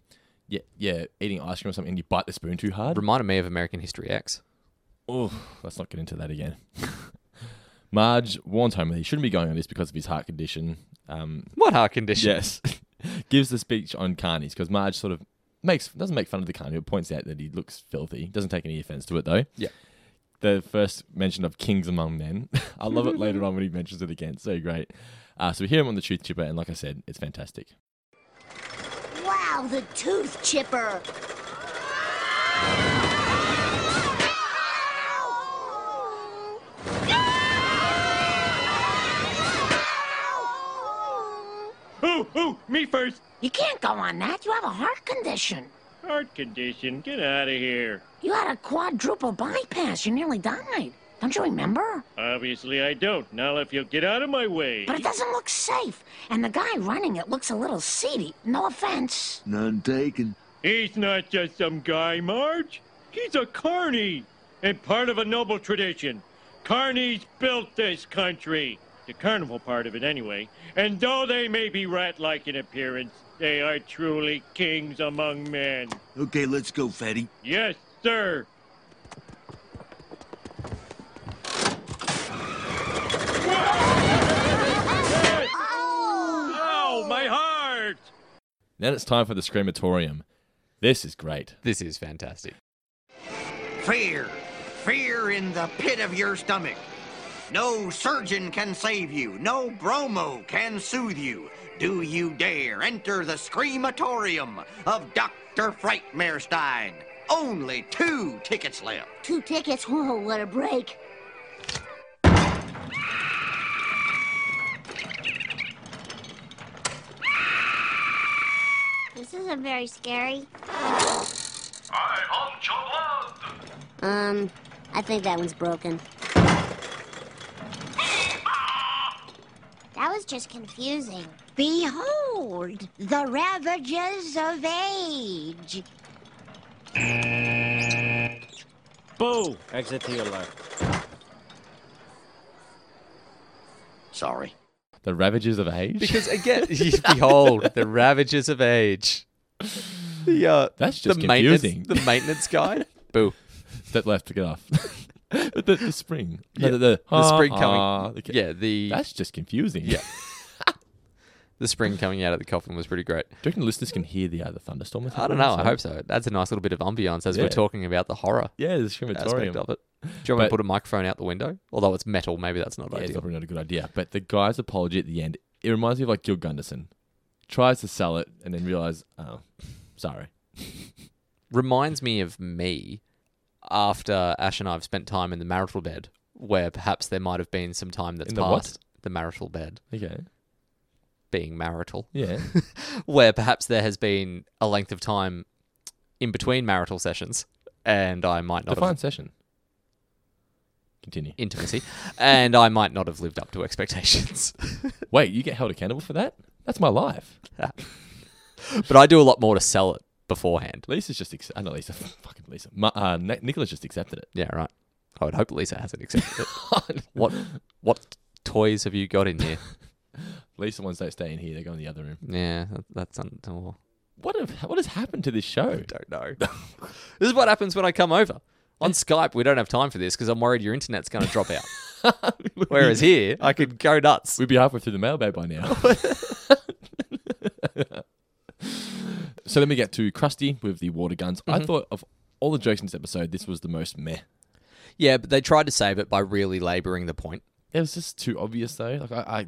yeah, yeah, eating ice cream or something, and you bite the spoon too hard. Reminded me of American History X. Oh, let's not get into that again. Marge warns Homer that he shouldn't be going on this because of his heart condition. Um, What heart condition? yes, gives the speech on carnies because Marge sort of makes doesn't make fun of the carny, but points out that he looks filthy. Doesn't take any offense to it though. Yeah. The first mention of kings among men. I love it later on when he mentions it again. So great. Uh, so we hear him on the Truth Chipper, and like I said, it's fantastic. Wow, the tooth chipper. Oh, oh, me first. You can't go on that. You have a heart condition. Heart condition. Get out of here. You had a quadruple bypass. You nearly died. Don't you remember? Obviously, I don't. Now, if you'll get out of my way. But it doesn't look safe, and the guy running it looks a little seedy. No offense. None taken. He's not just some guy, Marge. He's a carny and part of a noble tradition. Carnies built this country, the carnival part of it anyway. And though they may be rat like in appearance, they are truly kings among men. Okay, let's go, Fatty. Yes, sir. Ow, my heart! Then it's time for the Screamatorium. This is great. This is fantastic. Fear. Fear in the pit of your stomach. No surgeon can save you. No bromo can soothe you. Do you dare enter the screamatorium of Dr. Frightmarestein? Only two tickets left. Two tickets. Whoa, what a break. This isn't very scary. Um, I think that one's broken. That was just confusing. Behold, the ravages of age. Boo! Exit to your left. Sorry. The Ravages of Age. Because again, behold the ravages of age. The uh, That's just the maintenance- confusing. The maintenance guy. Boo. that left to get off. but the, the spring. No, the, the, The spring ah, coming. ah, the ca- yeah, the That's just confusing. Yeah. the spring coming out of the coffin was pretty great. Do you reckon listeners can hear the other thunderstorm? I don't know. I hope so. That's a nice little bit of ambiance as Yeah. we're talking about the horror Yeah, the aspect Screamatorium. of it. Do you want me But- to put a microphone out the window? Although it's metal, maybe that's not Yeah, it's ideal. probably not a good idea. But the guy's apology at the end, it reminds me of like Gil Gunderson. Tries to sell it and then realize, oh, sorry. reminds me of me after Ash and I have spent time in the marital bed, where perhaps there might have been some time that's In the what? passed. The marital bed, Okay. being marital, Yeah. where perhaps there has been a length of time in between marital sessions, and I might not Define have session. Continue. intimacy, and I might not have lived up to expectations. Wait, you get held accountable for that? That's my life. but I do a lot more to sell it beforehand. Lisa's just accepted. Not Lisa. Fucking Lisa. Ma- uh, Ni- Nicola's just accepted it. Yeah, right. I would hope Lisa hasn't accepted it. what what toys have you got in here? Lisa wants to stay in here. They go in the other room. Yeah, that, that's oh. until What have, what has happened to this show? don't know. this is what happens when I come over. On Skype, we don't have time for this because I'm worried your internet's going to drop out. Whereas here, I could go nuts. We'd be halfway through the mailbag by now. so then we get to Krusty with the water guns. Mm-hmm. I thought of all the jokes in this episode, this was the most meh. Yeah, but they tried to save it by really labouring the point. It was just too obvious though. Like I, I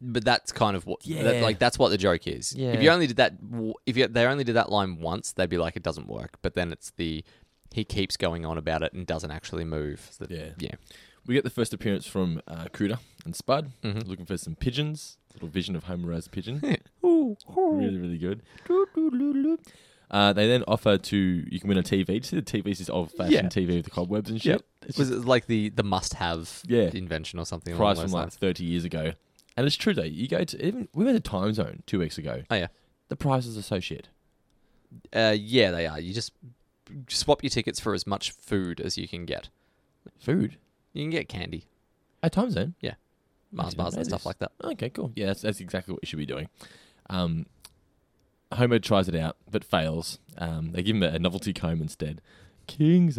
But that's kind of what, that- Yeah. like, that's what the joke is. If you Yeah. only did that, w- if you, they only did that line once, they'd be like, it doesn't work. But then it's the he keeps going on about it and doesn't actually move. The- Yeah. yeah. we get the first appearance from uh, Cruda and Spud looking for some pigeons. Little vision of Homer as a pigeon. really, really good. Uh, they then offer to you can win a TV. Do you see the TVs is old fashioned Yeah. TV with the cobwebs and shit. It's Was it like the the must have Yeah. invention or something? along prize those from like lines? 30 years ago. And it's true though. You go to even we went to Time Zone two weeks ago. Oh yeah. The prices are so shit. Uh, yeah, they are. You just swap your tickets for as much food as you can get. Food You can get candy, at Time Zone. Mars didn't bars, know and stuff this. like that. Okay, cool. Yeah, that's, that's exactly what you should be doing. Um, Homer tries it out but fails. Um, they give him a, a novelty comb instead. Kings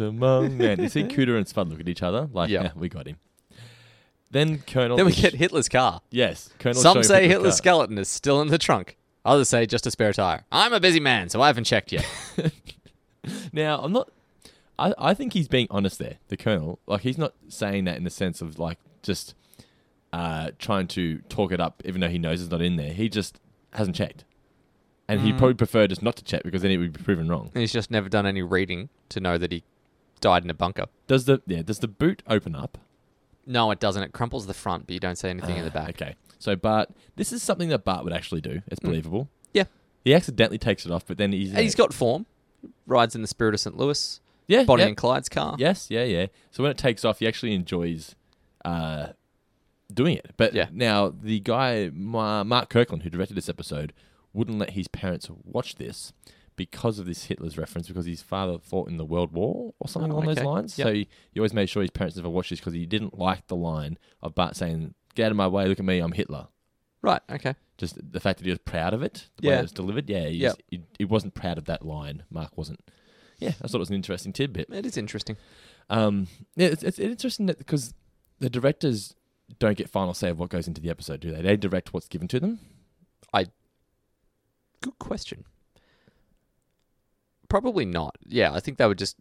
among men. You see Cooter and Spud look at each other like, Yeah. yeah, we got him. Then Colonel. Then we is- get Hitler's car. yes. Colonel. Some showing say Hitler's Hitler's car. skeleton is still in the trunk. Others say just a spare tire. I'm a busy man, so I haven't checked yet. Now, I'm not. I, I think he's being honest there, the colonel. Like, he's not saying that in the sense of, like, just uh, trying to talk it up, even though he knows it's not in there. He just hasn't checked. And he probably preferred just not to check because then it would be proven wrong. and he's just never done any reading to know that he died in a bunker. Does the yeah? Does the boot open up? No, it doesn't. It crumples the front, but you don't see anything in the back. Ah, Okay. So Bart, this is something that Bart would actually do. It's believable. Yeah. He accidentally takes it off, but then he's And he's got form. Rides in the spirit of St. Louis. Yeah, Bonnie yeah. and Clyde's car. Yes, yeah, yeah. So when it takes off, he actually enjoys uh, doing it. But Yeah. now the guy Ma- Mark Kirkland, who directed this episode, wouldn't let his parents watch this because of this Hitler's reference, because his father fought in the World War or something Oh, along okay. those lines. Yep. So he, he always made sure his parents never watched this because he didn't like the line of Bart saying, "Get out of my way, look at me, I'm Hitler." Right. Okay. Just the fact that he was proud of it, the way Yeah. it was delivered. Yeah, he, Yep. just, he, he wasn't proud of that line. Mark wasn't. Yeah, I thought it was an interesting tidbit. It is interesting. Um, yeah, it's, it's interesting that because the directors don't get final say of what goes into the episode, do they? They direct what's given to them. Good question. Probably not. Yeah, I think they would just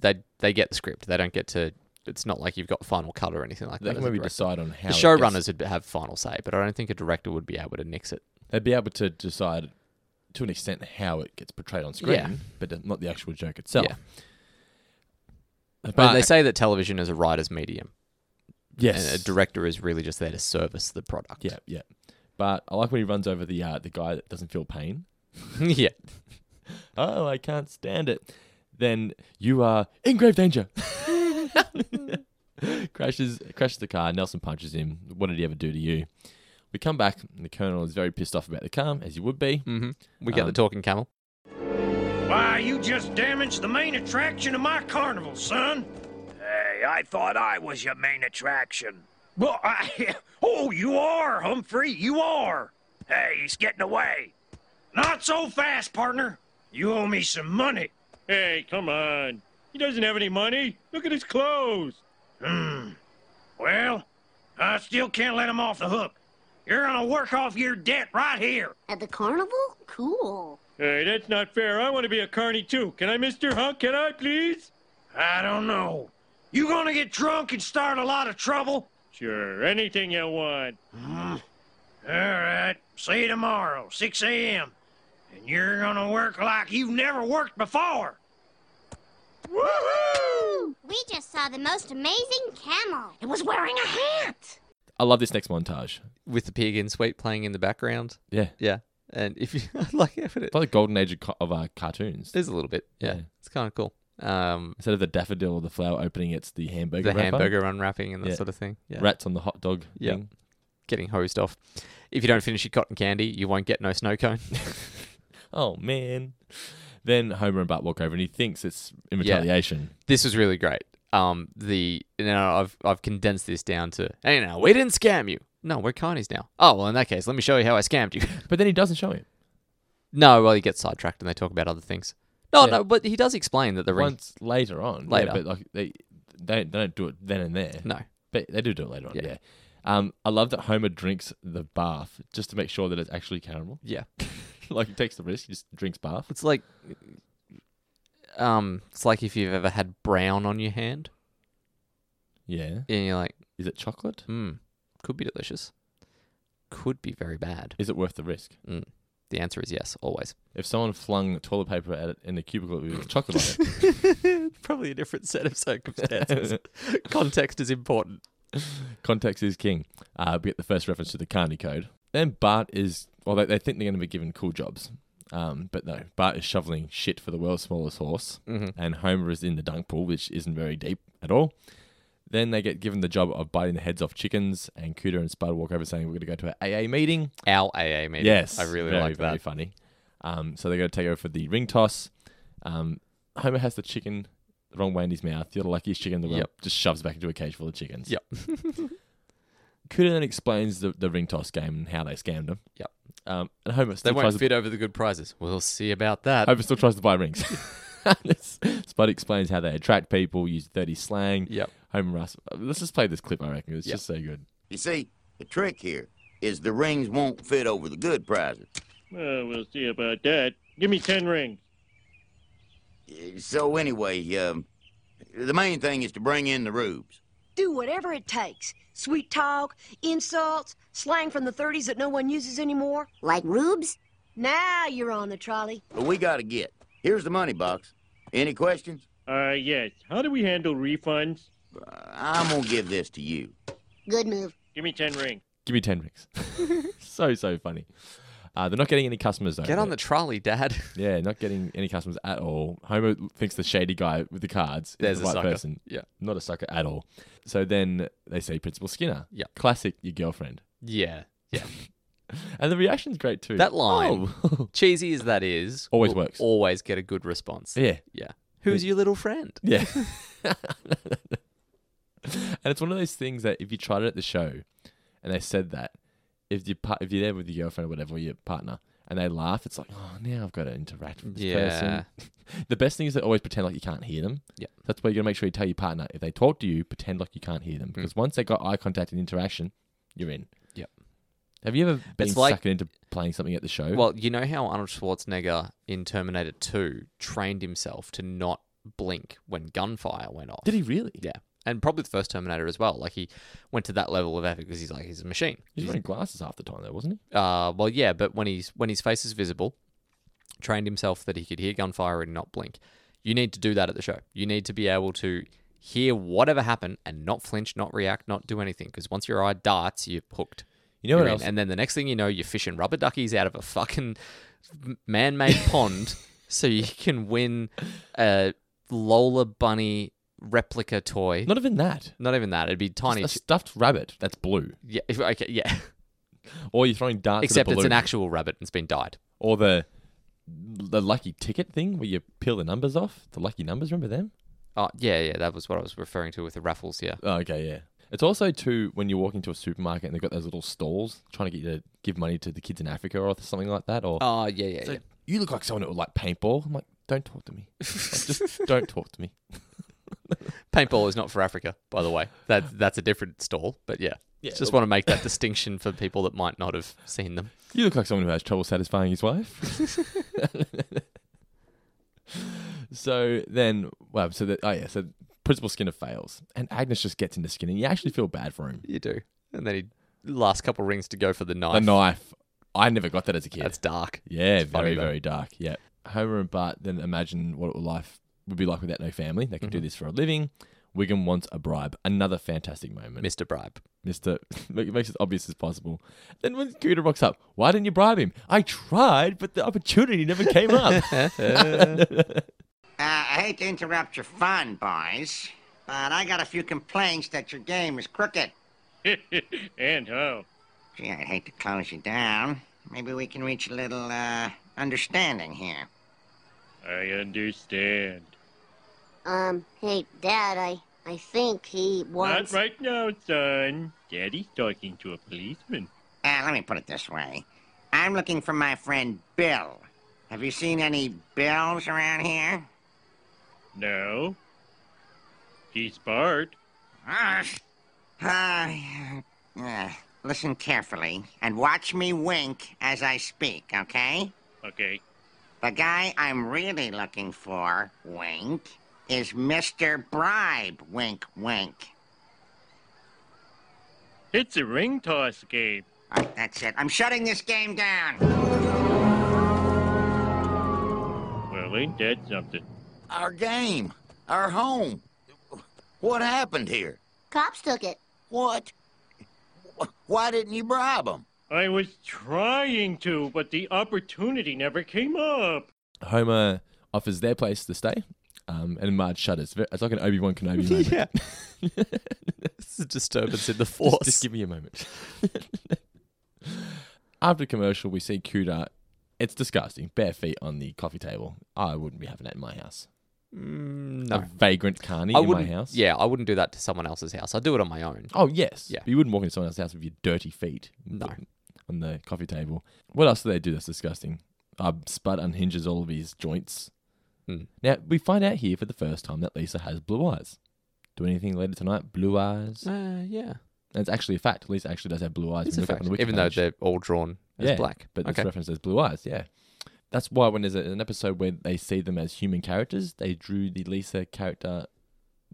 they they get the script. They don't get to. It's not like you've got final cut or anything like They that. can as a maybe director. decide on how the it showrunners gets- would have final say, but I don't think a director would be able to nix it. They'd be able to decide to an extent how it gets portrayed on screen, Yeah. but not the actual joke itself. Yeah. But, But they say that television is a writer's medium. Yes. and a director is really just there to service the product. yeah, yeah. But I like when he runs over the uh, the guy that doesn't feel pain. yeah. oh, I can't stand it. Then you are in grave danger. crashes crashes the car. Nelson punches him. What did he ever do to you? We come back, and the colonel is very pissed off about the car, as you would be. Mm-hmm. We get the talking camel. Why, you just damaged the main attraction of my carnival, son. Hey, I thought I was your main attraction. Well, I. Oh, you are, Humphrey. You are. Hey, he's getting away. Not so fast, partner. You owe me some money. Hey, come on. He doesn't have any money. Look at his clothes. Hmm. Well, I still can't let him off the hook. You're gonna work off your debt right here. At the carnival? Cool. Hey, that's not fair. I want to be a carny too. Can I, Mr. Hunk? Can I, please? I don't know. You gonna get drunk and start a lot of trouble? Mm. Sure, anything you want. All right. See you tomorrow, 6 a.m. And you're gonna work like you've never worked before. Woohoo! We just saw the most amazing camel. It was wearing a hat. I love this next montage. with the pig in sweet playing in the background. Yeah. Yeah. And if you I like it, It's like the golden age of, ca- of uh, cartoons. there's a little bit. Yeah. Yeah. It's kind of cool. Um, Instead of the daffodil or the flower opening, it's the hamburger. the wrapper. hamburger unwrapping and that Yeah. sort of thing. Yeah. Rats on the hot dog Yeah. thing. Getting hosed off. If you don't finish your cotton candy, you won't get no snow cone. Oh man. Then Homer and Bart walk over, and he thinks it's in Yeah. retaliation. this was really great. Um, the now I've I've condensed this down to hey now we didn't scam you. No, we're carnies now. Oh well, in that case, let me show you how I scammed you. But then he doesn't show him. no, well he gets sidetracked and they talk about other things. No, Yeah. no, but he does explain that the ring. once later on. yeah, Later. but like they, they they don't do it then and there. No. but they do do it later on. Yeah. Yeah. Um, I love that Homer drinks the bath just to make sure that it's actually caramel. Yeah. like he takes the risk, he just drinks bath. It's like, um, it's like if you've ever had brown on your hand, Yeah. and you're like, Is it chocolate? hmm, could be delicious, could be very bad. Is it worth the risk? Mm. The answer is yes, always. If someone flung toilet paper at it in the cubicle with chocolate on it, Probably a different set of circumstances. Context is important. context is king. Uh, we get the first reference to the Carney Code. Then Bart is, well, they, they think they're going to be given cool jobs. Um, but no, Bart is shoveling shit for the world's smallest horse. Mhm. And Homer is in the dunk pool, which isn't very deep at all. Then they get given the job of biting the heads off chickens, and Cooter and Spud walk over saying, We're going to go to an AA meeting. Our AA meeting. Yes. I really very, like very that. funny. Um, so they're going to take over for the ring toss. Um, Homer has the chicken the wrong way in his mouth. The other luckiest chicken in the world Yep. just shoves back into a cage full of chickens. Yep. Kuda then explains the, the ring toss game and how they scammed him. Yep. Um, and Homer They still tries won't to, fit over the good prizes. We'll see about that. Homer still tries to buy rings. It's- Spud explains how they attract people, use dirty slang. Yep. Homer asks, "Uh, let's just play this clip, I reckon. It's Yep. just so good. You see, the trick here is the rings won't fit over the good prizes. Well, we'll see about that. Give me ten rings. Uh, So anyway, um, the main thing is to bring in the rubes. Do whatever it takes. Sweet talk, insults, slang from the 30s that no one uses anymore. Like rubes? Now you're on the trolley. But we gotta get. Here's the money box. Any questions? Uh, yes. How do we handle refunds? Uh, I'm gonna give this to you. Good move. Give me ten rings. Give me 10 rings. so, so funny. Uh, they're not getting any customers though. Get on the trolley, Dad. Yeah, not getting any customers at all. Homer thinks the shady guy with the cards There's is a the right sucker. person. Yeah. Not a sucker at all. So then they see Principal Skinner. Yeah. Classic your girlfriend. Yeah. Yeah. And the reaction's great too. Oh. That line, cheesy as that is, Always will works. Always get a good response. Yeah. Yeah. Who's your little friend? Yeah. and it's one of those things that if you tried it at the show and they said that, if you par- if you're there with your girlfriend or whatever, or your partner, and they laugh, it's like, oh, now I've got to interact with this Yeah. person. the best thing is they always pretend like you can't hear them. Yeah. That's why you got to make sure you tell your partner if they talk to you, pretend like you can't hear them because once they got eye contact and interaction, you're in. Mm. Yep. Have you ever been It's like- sucked into playing something at the show? Well, you know how Arnold Schwarzenegger in Terminator 2 trained himself to not blink when gunfire went off. Did he really? Yeah. And probably the first Terminator as well. Like he went to that level of effort because he's like he's a machine. he was He's- wearing glasses half the time though, wasn't he? Uh, well, yeah, but when he's when his face is visible, trained himself that he could hear gunfire and not blink. You need to do that at the show. You need to be able to hear whatever happened and not flinch, not react, not do anything. Because once your eye darts, you're hooked. You know what You're in. else- And then the next thing you know, you're fishing rubber duckies out of a fucking man-made pond, so you can win a Lola bunny replica toy. Not even that. Not even that. It'd be tiny. A stuffed rabbit that's blue. yeah. Okay. Yeah. Or you're throwing darts. Except at a it's an balloon. actual rabbit and it's been dyed. or the the lucky ticket thing where you peel the numbers off the lucky numbers remember them Oh, yeah, yeah, that was what I was referring to with the raffles, yeah. oh, okay yeah it's also too when you walk into a supermarket and they've got those little stalls trying to get you to give money to the kids in africa or something like that or Oh, yeah, yeah, It's like, yeah. you look like someone that would like paintball i'm like don't talk to me Like, just don't talk to me Paintball is not for Africa, by the way. That that's a different stall, but yeah. Yeah, Just but- want to make that distinction for people that might not have seen them. you look like someone who has trouble satisfying his wife so then well so that oh yeah so principal skinner fails and agnes just gets into skinner and you actually feel bad for him You do. And then he last couple rings to go for the knife. The knife. I never got that as a kid. That's dark. Yeah, It's funny very, though. very dark. Yeah. Homer and Bart then imagine what life would be like without no family. They Mm-hmm. can do this for a living. Wiggum wants a bribe. Another fantastic moment. Mr. Bribe. Mr. It makes it obvious as possible. Then when Cooter rocks up, why didn't you bribe him? I tried, but the opportunity never came up. Uh, I hate to interrupt your fun, boys, but I got a few complaints that your game is crooked. and how? Gee, I'd hate to close you down. Maybe we can reach a little, uh, understanding here. I understand. Um, hey, Dad, I, I think he wants. Not right now, son. Daddy's talking to a policeman. Uh, let me put it this way I'm looking for my friend Bill. Have you seen any Bills around here? No. He's barred. Uh, uh, uh, listen carefully and watch me wink as I speak, okay? Okay. The guy I'm really looking for, wink, is Mr. Bribe, wink, wink. It's a ring toss game. All right, that's it. I'm shutting this game down. Well, ain't that something? Our game. Our home. What happened here? Cops took it. What? Wh- Why didn't you bribe them? I was trying to, but the opportunity never came up. Homer offers their place to stay, um, and Marge shudders. It's like an Obi Wan Kenobi moment. Yeah. This is a disturbance in the Just- force. Just, give me a moment. After commercial, we see Kuda. It's disgusting. Bare feet on the coffee table. I wouldn't be having that in my house. Mm, no. A vagrant carny I in my wouldn't, house. Yeah, I wouldn't do that to someone else's house. I'd do it on my own. Oh yes. Yeah. But you wouldn't walk into someone else's house with your dirty feet. No. On the coffee table. What else do they do that's disgusting? Uh, Spud unhinges all of his joints. Mm. Now we find out here for the first time that Lisa has blue eyes. Do anything later tonight? Blue eyes. Uh, yeah. And it's actually a fact. Lisa actually does have blue eyes. It's a When you look up fact. on the Even though Wiki page. they're all drawn as yeah, black. But okay. it's referenced as blue eyes, yeah. That's why when there's a, an episode where they see them as human characters, they drew the Lisa character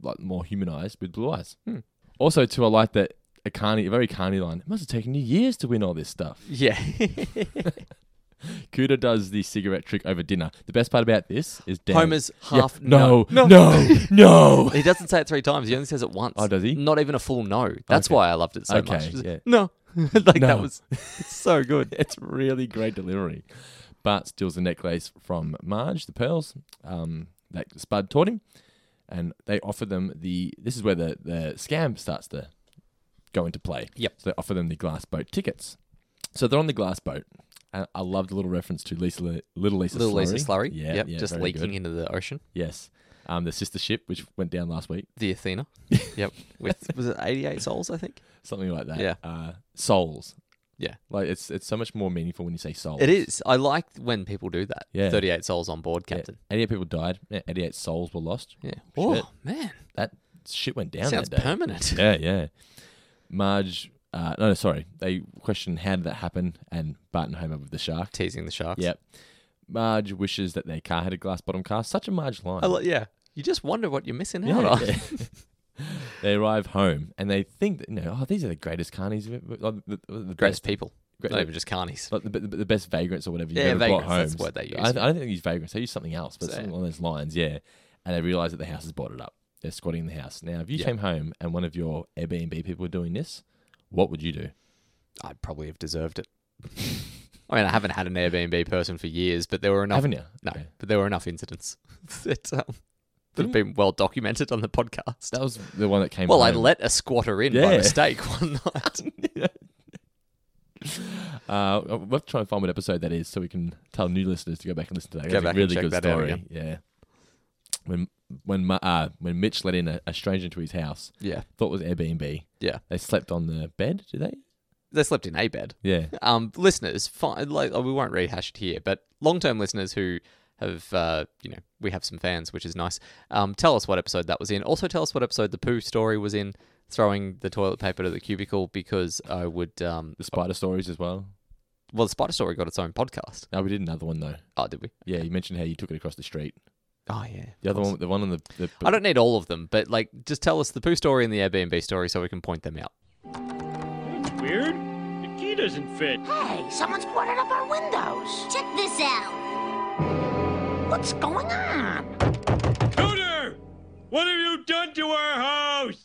like more humanized with blue eyes. Hmm. Also, too, I like that a carny, a very carny line. It must have taken you years to win all this stuff. Yeah. Kuda does the cigarette trick over dinner. The best part about this is Dan. Homer's Yeah, half no, no, no, no. he doesn't say it three times. He only says it once. Oh, does he? Not even a full no. That's Okay. why I loved it so Okay, much. Just, yeah. No, like that was it's so good. it's really great delivery. Bart steals the necklace from Marge, the pearls um, that Spud taught him, and they offer them the. This is where the, the scam starts to go into play. Yep. So they offer them the glass boat tickets. So they're on the glass boat. And I loved the little reference to Lisa, Li- little Lisa Little Slurry. Lisa Slurry. Yeah, Yep, yeah, just very leaking good. into the ocean. Yes. Um, the sister ship, which went down last week. The Athena. yep. With was it eighty eight souls, I think? Something like that. Yeah. Uh, souls. Yeah. Like it's it's so much more meaningful when you say souls. It is. I like when people do that. Yeah. Thirty eight souls on board, Yeah, Captain. 88 people died. Yeah, 88 souls were lost. Yeah. Oh, Oh, man. That shit went down Sounds that day. permanent. Yeah, yeah. Marge, uh, no, no, sorry. They questioned how did that happen, and Bart and Homer with the shark. Teasing the sharks. Yep. Marge wishes that their car had a glass bottom car. Such a Marge line. I like, yeah. You just wonder what you're missing Yeah, out on. yeah. they arrive home and they think that, you know, oh, these are the greatest carnies, of it, like, the, the, the Greatest best people. Not even just carnies. like the, the, the best vagrants or whatever you've Yeah, ever vagrants, brought home. that's the word they use, I, I yeah. don't think they use vagrants. They use something else, but So- something along those lines, yeah. And they realise that the house is boarded up. They're squatting in the house. Now, if you Yeah. came home and one of your Airbnb people were doing this, what would you do? I'd probably have deserved it. I mean, I haven't had an Airbnb person for years, but there were enough. Haven't you? No, Okay. but there were enough incidents that um, that have been well documented on the podcast. That was the one that came. well, I home. let a squatter in by Yeah. mistake one night. Uh, we'll have to try and find what episode that is so we can tell new listeners to go back and listen to that. Go That's back and a really check good that out story. again. Yeah. When when Ma- uh, when Mitch let in a, a stranger into his house, Yeah. thought it was Airbnb. Yeah. They slept on the bed, did they? they slept in a bed. Yeah. Um, listeners, fine, like oh, we won't rehash it here, but long-term listeners who have, uh, you know, we have some fans, which is nice. Um, tell us what episode that was in. Also, tell us what episode the poo story was in. Throwing the toilet paper to the cubicle because I would. Um, The spider stories as well. well, the spider story got its own podcast. No, we did another one though. Oh, did we? Yeah, you mentioned how you took it across the street. Oh yeah. The other one, the one on the. the I don't need all of them, but like, just tell us the poo story and the Airbnb story so we can point them out. Weird. The key doesn't fit. Hey, someone's boarded up our windows. Check this out. What's going on? Cooter! What have you done to our house?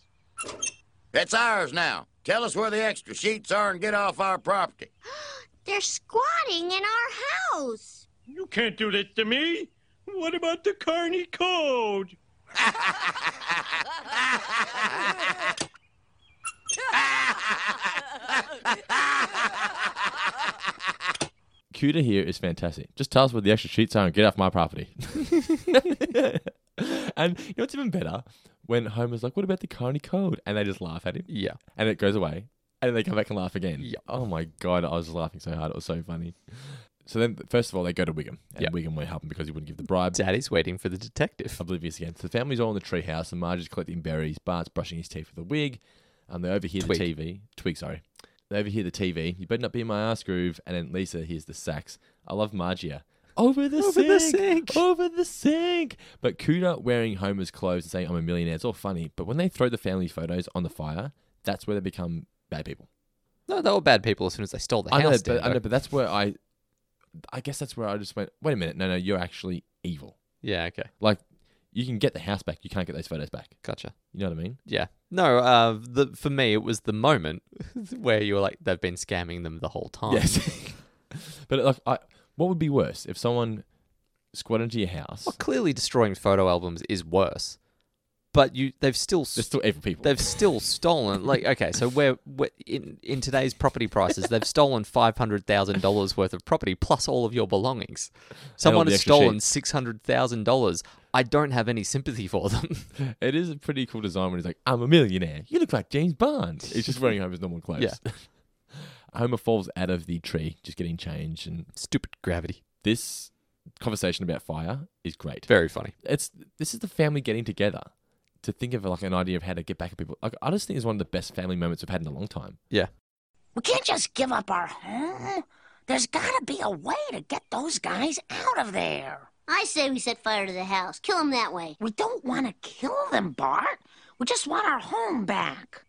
It's ours now. Tell us where the extra sheets are and get off our property. They're squatting in our house. You can't do this to me. What about the Carney Code? Cuda here is fantastic. Just tell us where the extra sheets are and get off my property. and you know what's even better? When Homer's like, "What about the Coney Code?" and they just laugh at him. Yeah. and it goes away, and then they come back and laugh again. Yep. Oh my god, I was just laughing so hard; it was so funny. So then, first of all, they go to Wiggum, and Yep. Wiggum won't help him because he wouldn't give the bribe. Daddy's waiting for the detective. Oblivious again. So the family's all in the treehouse, and Marge is collecting berries. Bart's brushing his teeth with a wig, and they overhear Twig. the TV. Twig, sorry. They overhear the TV. You better not be in my ass groove. And then Lisa hears the sax. I love Marge here. Over the Over sink, the sink. over the sink. But Cuda wearing Homer's clothes and saying I'm a millionaire. It's all funny, but when they throw the family photos on the fire, that's where they become bad people. No, they were bad people as soon as they stole the I know, house. but, I Dando. know, but that's where I, I guess that's where I just went. Wait a minute, no, no, you're actually evil. yeah. Okay. Like, you can get the house back, you can't get those photos back. Gotcha. You know what I mean? Yeah. No, uh, the, for me, it was the moment where you were like, they've been scamming them the whole time. Yes. but like, I, what would be worse if someone squatted into your house? Well, clearly destroying photo albums is worse, but you they've still They're still evil people. they've still stolen. Like, okay, so we're, we're in in today's property prices, they've stolen five hundred thousand dollars worth of property plus all of your belongings. Someone the has extra stolen sheets. six hundred thousand dollars. I don't have any sympathy for them. It is a pretty cool design when he's like, "I'm a millionaire. You look like James Barnes." He's just wearing Homer's normal clothes. Yeah. Homer falls out of the tree, just getting changed, and Stupid gravity. this conversation about fire is great. Very funny. it's this is the family getting together to think of like an idea of how to get back at people. Like I just think it's one of the best family moments we've had in a long time. Yeah. We can't just give up our home. There's gotta be a way to get those guys out of there. I say we set fire to the house. Kill him that way. We don't want to kill them, Bart. We just want our home back.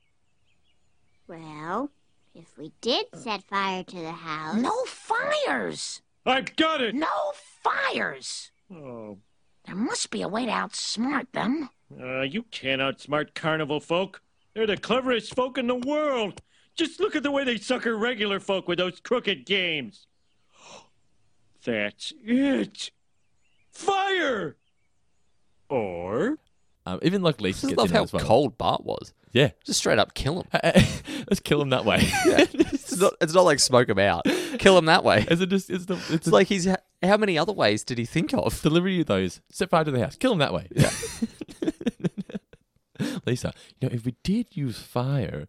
Well, if we did set fire to the house. No fires. I've got it. No fires. Oh, There must be a way to outsmart them. uh, you can't outsmart carnival folk. They're the cleverest folk in the world. Just look at the way they sucker regular folk with those crooked games. That's it. Fire! Or. Um, even like Lisa just gets love in how on this one. cold Bart was. Yeah. Just straight up kill him. Let's kill him that way. it's, not, it's not like smoke him out. Kill him that way. Is it just, it's, the, it's, It's like he's. How many other ways did he think of? Delivery of those. Set fire to the house. Kill him that way. Yeah. Lisa, you know, if we did use fire,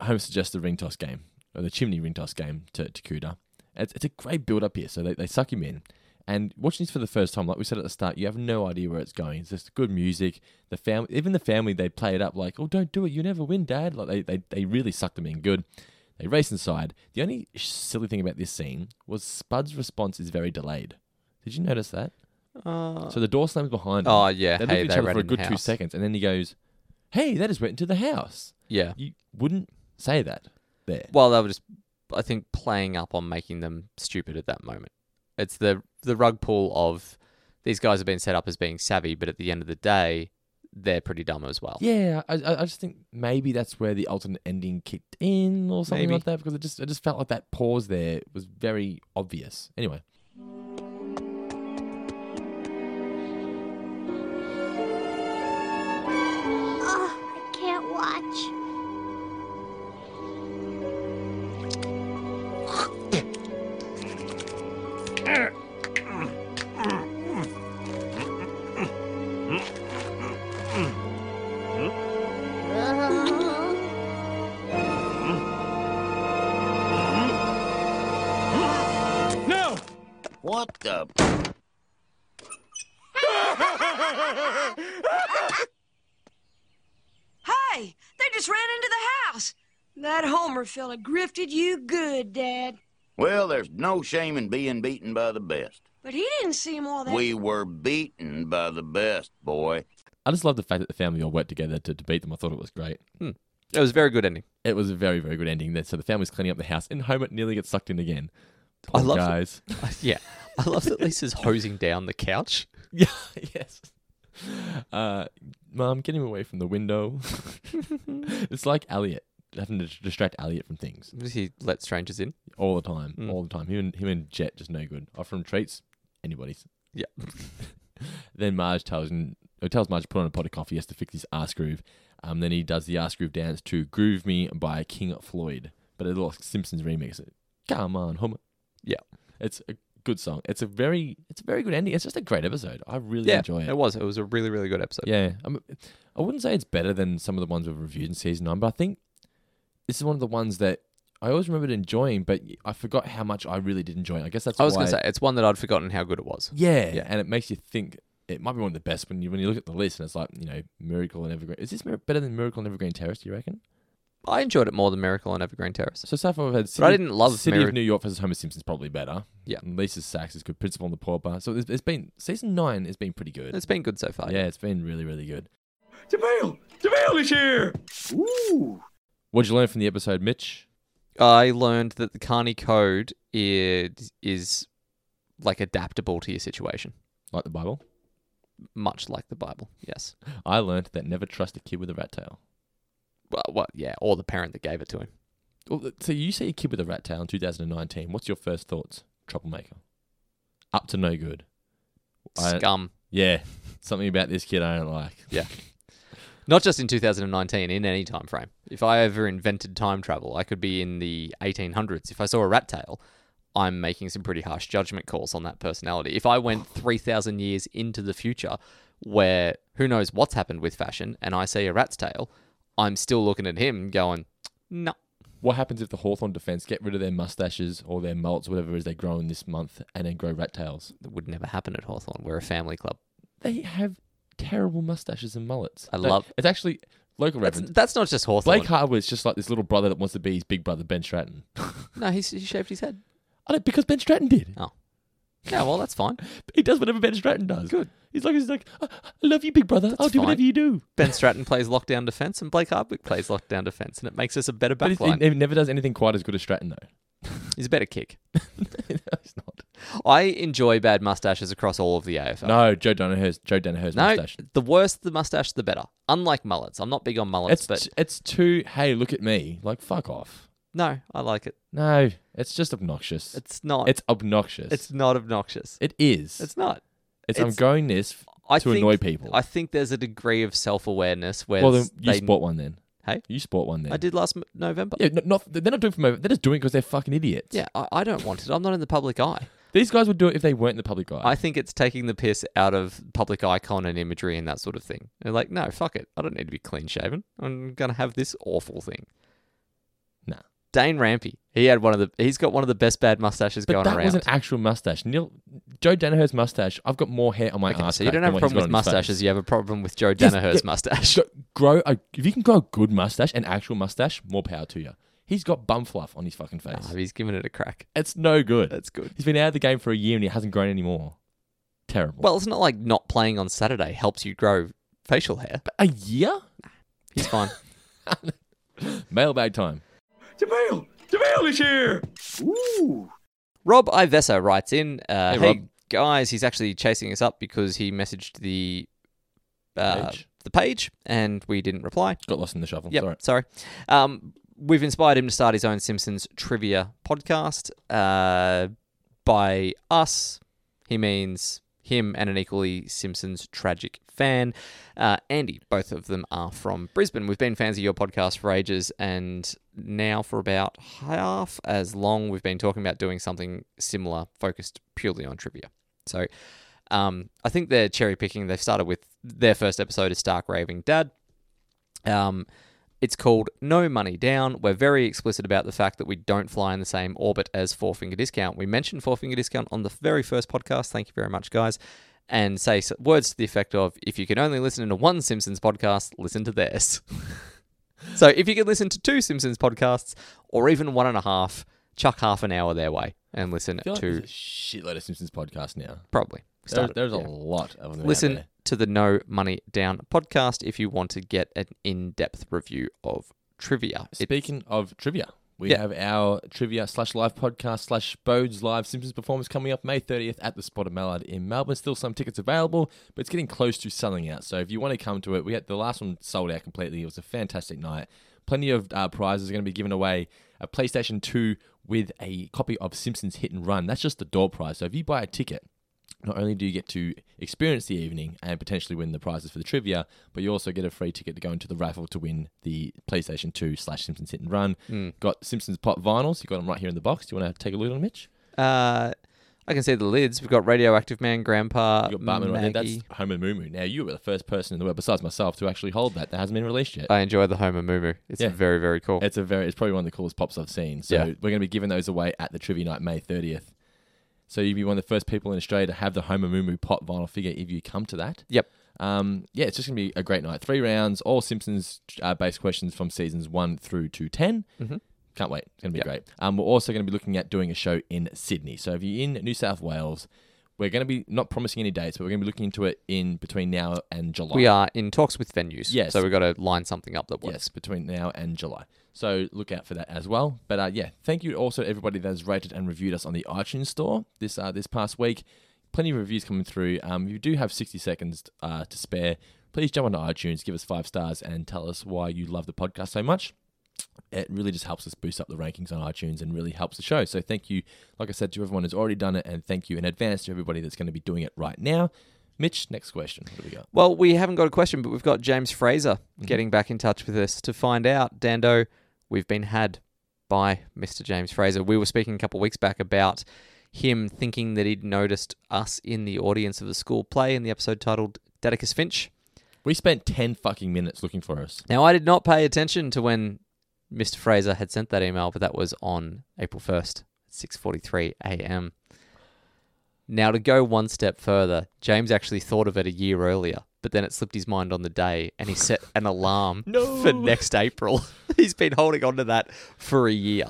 Home suggests the ring toss game or the chimney ring toss game to, to Cuda. It's, it's a great build up here. So they, they suck him in. And watching this for the first time, like we said at the start, you have no idea where it's going. It's just good music. The family, even the family, they play it up like, "Oh, don't do it. You never win, Dad." Like they, they, they really suck them in good. They race inside. The only silly thing about this scene was Spud's response is very delayed. Did you notice that? Uh, So the door slams behind them. Oh, yeah. They look Hey, at each they other ran for a in the good two house. seconds, and then he goes, "Hey, that just went into the house." Yeah. You wouldn't say that there. Well, they were just, I think, playing up on making them stupid at that moment. It's the the rug pull of these guys have been set up as being savvy, but at the end of the day, they're pretty dumb as well. Yeah, I, I I just think maybe that's where the alternate ending kicked in or something Maybe. like that because it just I just felt like that pause there was very obvious. Anyway, Oh, I can't watch. No! What the? Hey, they just ran into the house. That Homer fella grifted you good, Dad. Well, there's no shame in being beaten by the best. But he didn't seem all that. We were beaten by the best, boy. I just love the fact that the family all worked together to, to beat them. I thought it was great. Hmm. It was a very good ending. It was a very very good ending. There, so the family's cleaning up the house, and Homer nearly gets sucked in again. Poor I love guys. yeah, I love that Lisa's hosing down the couch. Yeah. yes. Uh, Mom, get him away from the window. it's like Elliot having to distract Elliot from things. Does he let strangers in? all the time, Mm. all the time. Him and him and Jet just no good. Offer him treats, anybody's. Yeah. then Marge tells him, or tells Marge to put on a pot of coffee. He has to fix his ass groove. Um, then he does the ass groove dance to "Groove Me" by King Floyd, but it's like Simpsons remix. Come on, Homer. Yeah. It's a good song. It's a very, it's a very good ending. It's just a great episode. I really yeah, enjoy it. it was. It was a really, really good episode. Yeah, I, mean, I wouldn't say it's better than some of the ones we've reviewed in season nine, but I think this is one of the ones that I always remembered enjoying, but I forgot how much I really did enjoy it. I guess that's I was why. going to say it's one that I'd forgotten how good it was. yeah, yeah. and it makes you think it might be one of the best when you when you look at the list and it's like you know Miracle and Evergreen. Is this Mir- better than Miracle and Evergreen Terrace? Do you reckon? I enjoyed it more than Miracle on Evergreen Terrace. So so far we've had But I didn't love City Mir- of New York versus Homer Simpson's probably better. Yeah. and Lisa Sachs is good. Principal and the Poor Bar. So it's, it's been season nine has been pretty good. It's been good so far. yeah, it's been really really good. The mail! The mail is here! Ooh. What'd you learn from the episode, Mitch? I learned that the Carney Code is, is like adaptable to your situation, Like the Bible? much like the Bible. Yes. I learned that never trust a kid with a rat tail. Well, well yeah, or the parent that gave it to him. Well, th- so you see a kid with a rat tail in 2019. What's your first thoughts? Troublemaker. Up to no good. I- Scum. yeah, something about this kid I don't like. Yeah. Not just in 2019, in any time frame. If I ever invented time travel, I could be in the 1800s. If I saw a rat tail, I'm making some pretty harsh judgment calls on that personality. If I went 3,000 years into the future, where who knows what's happened with fashion, and I see a rat's tail, I'm still looking at him going, no. What happens if the Hawthorn defense get rid of their mustaches or their molts, whatever it is they grow in this month, and then grow rat tails? That would never happen at Hawthorn. We're a family club. They have terrible mustaches and mullets. I No, love- It's actually local That's, reference. that's not just Hawthorn. Blake Harwood's just like this little brother that wants to be his big brother, Ben Stratton. No, he's, he shaved his head. I don't, because Ben Stratton did. Oh. Yeah, well, that's fine. He does whatever Ben Stratton does. Good. He's like, he's like, "I I love you, big brother. I'll do fine. whatever you do. Ben Stratton plays lockdown defense and Blake Hardwick plays lockdown defense, and it makes us a better But it, backline. it never does anything quite as good as Stratton, though. He's a better kick. no, it's not. I enjoy bad mustaches across all of the AFL. No, Joe Danaher's Joe Danaher's No, mustache. the worse the mustache, the better. Unlike mullets, I'm not big on mullets, It's but t- it's too. Hey, look at me. Like fuck off. no, I like it. No, it's just obnoxious. It's not. It's obnoxious. It's not obnoxious. It is. It's not. It's, I'm going this f- to think- annoy people. I think there's a degree of self awareness where well, then s- you they- sport one then. Hey, you sport one then. I did last m- November. Yeah, no- not they're not doing it from over. They're just doing it because they're fucking idiots. Yeah, I, I don't want it. I'm not in the public eye. These guys would do it if they weren't in the public eye. I think it's taking the piss out of public icon and imagery and that sort of thing. They're like, no, fuck it. I don't need to be clean shaven. I'm gonna have this awful thing. Nah. Dane Rampy. He had one of the. He's got one of the best bad mustaches but going that around. was an actual mustache. Neil Joe Danaher's mustache. I've got more hair on my Okay, ass. so you don't have a problem with mustaches. You have a problem with Joe Yes, Danaher's yeah. mustache. Go- grow a, if you can grow a good mustache, an actual mustache, more power to you. He's got bum fluff on his fucking face. Nah, Oh, he's giving it a crack. It's no good. That's good. He's been out of the game for a year and he hasn't grown any more. Terrible. Well, it's not like not playing on Saturday helps you grow facial hair. a year? He's fine. Mailbag time. Jamil! Jamil is here! Ooh. Rob Iveso writes in, uh, Hey, hey, Rob. guys, he's actually chasing us up because he messaged the uh, Page. the page and we didn't reply. Got lost in the shuffle. Yep, Sorry. sorry. Um, we've inspired him to start his own Simpsons trivia podcast. Uh, by us, he means him and an equally Simpsons tragic fan, uh, Andy. Both of them are from Brisbane. We've been fans of your podcast for ages, and now for about half as long, we've been talking about doing something similar, focused purely on trivia. So. Um, I think they're cherry picking. They've started with their first episode is Stark Raving Dad. Um, it's called No Money Down. We're very explicit about the fact that we don't fly in the same orbit as Four Finger Discount. We mentioned Four Finger Discount on the very first podcast. Thank you very much, guys. And say s- words to the effect of if you can only listen to one Simpsons podcast, listen to theirs. so if you can listen to two Simpsons podcasts or even one and a half, chuck half an hour their way and listen I feel like to there's a shitload of Simpsons podcasts now. Probably. There- there's a lot of them out Listen there. to the No Money Down podcast if you want to get an in depth review of trivia. It- Speaking of trivia, we Yeah. have our trivia slash live podcast slash Bodes live Simpsons performance coming up May 30th at the Spot of Mallard in Melbourne. Still some tickets available, but it's getting close to selling out. So if you want to come to it, we had the last one sold out completely. It was a fantastic night. Plenty of uh, prizes are going to be given away. A PlayStation 2 with a copy of Simpsons Hit and Run. That's just the door prize. So if you buy a ticket, not only do you get to experience the evening and potentially win the prizes for the trivia, but you also get a free ticket to go into the raffle to win the PlayStation 2 slash Simpsons Hit and Run. Hmm. Got Simpsons Pop vinyls. You got them right here in the box. Do you want to take a look at them, Mitch? Uh, I can see the lids. We've got Radioactive Man, Grandpa, You got Bartman right there. Uh, Maggie. That's Homer Moo Moo. Now, you were the first person in the world, besides myself, to actually hold that. That hasn't been released yet. I enjoy the Homer Moo Moo. It's Yeah. very, very cool. It's a very, it's probably one of the coolest pops I've seen. So Yeah. we're going to be giving those away at the trivia night May 30th. So you'll be one of the first people in Australia to have the Homer Moo Moo pop vinyl figure if you come to that. Yep. Um, yeah, it's just going to be a great night. Three rounds, all Simpsons uh, based questions from seasons one through to 10. Mhm. Can't wait. It's going to be great. Um, we're also going to be looking at doing a show in Sydney. So if you're in New South Wales, we're going to be not promising any dates, but we're going to be looking into it in between now and July. we are in talks with venues. Yes. So we've got to line something up that works. Yes, between now and July. So look out for that as well. But uh, yeah, thank you also to everybody that has rated and reviewed us on the iTunes store this uh, this past week. Plenty of reviews coming through. Um, if you do have 60 seconds uh, to spare, please jump onto iTunes, give us five stars, and tell us why you love the podcast so much. It really just helps us boost up the rankings on iTunes and really helps the show. So thank you, like I said, to everyone who's already done it, and thank you in advance to everybody that's going to be doing it right now. Mitch, next question. What do we got? Well, we haven't got a question, but we've got James Fraser getting back in touch with us to find out, Dando, we've been had by Mr. James Fraser. We were speaking a couple of weeks back about him thinking that he'd noticed us in the audience of the school play in the episode titled Dedicus Finch. We spent 10 fucking minutes looking for us. Now, I did not pay attention to when Mr. Fraser had sent that email, but that was on April 1st, 6:43 a.m. Now, to go one step further, James actually thought of it a year earlier, but then it slipped his mind on the day, and he set an alarm No. for next April. He's been holding on to that for a year.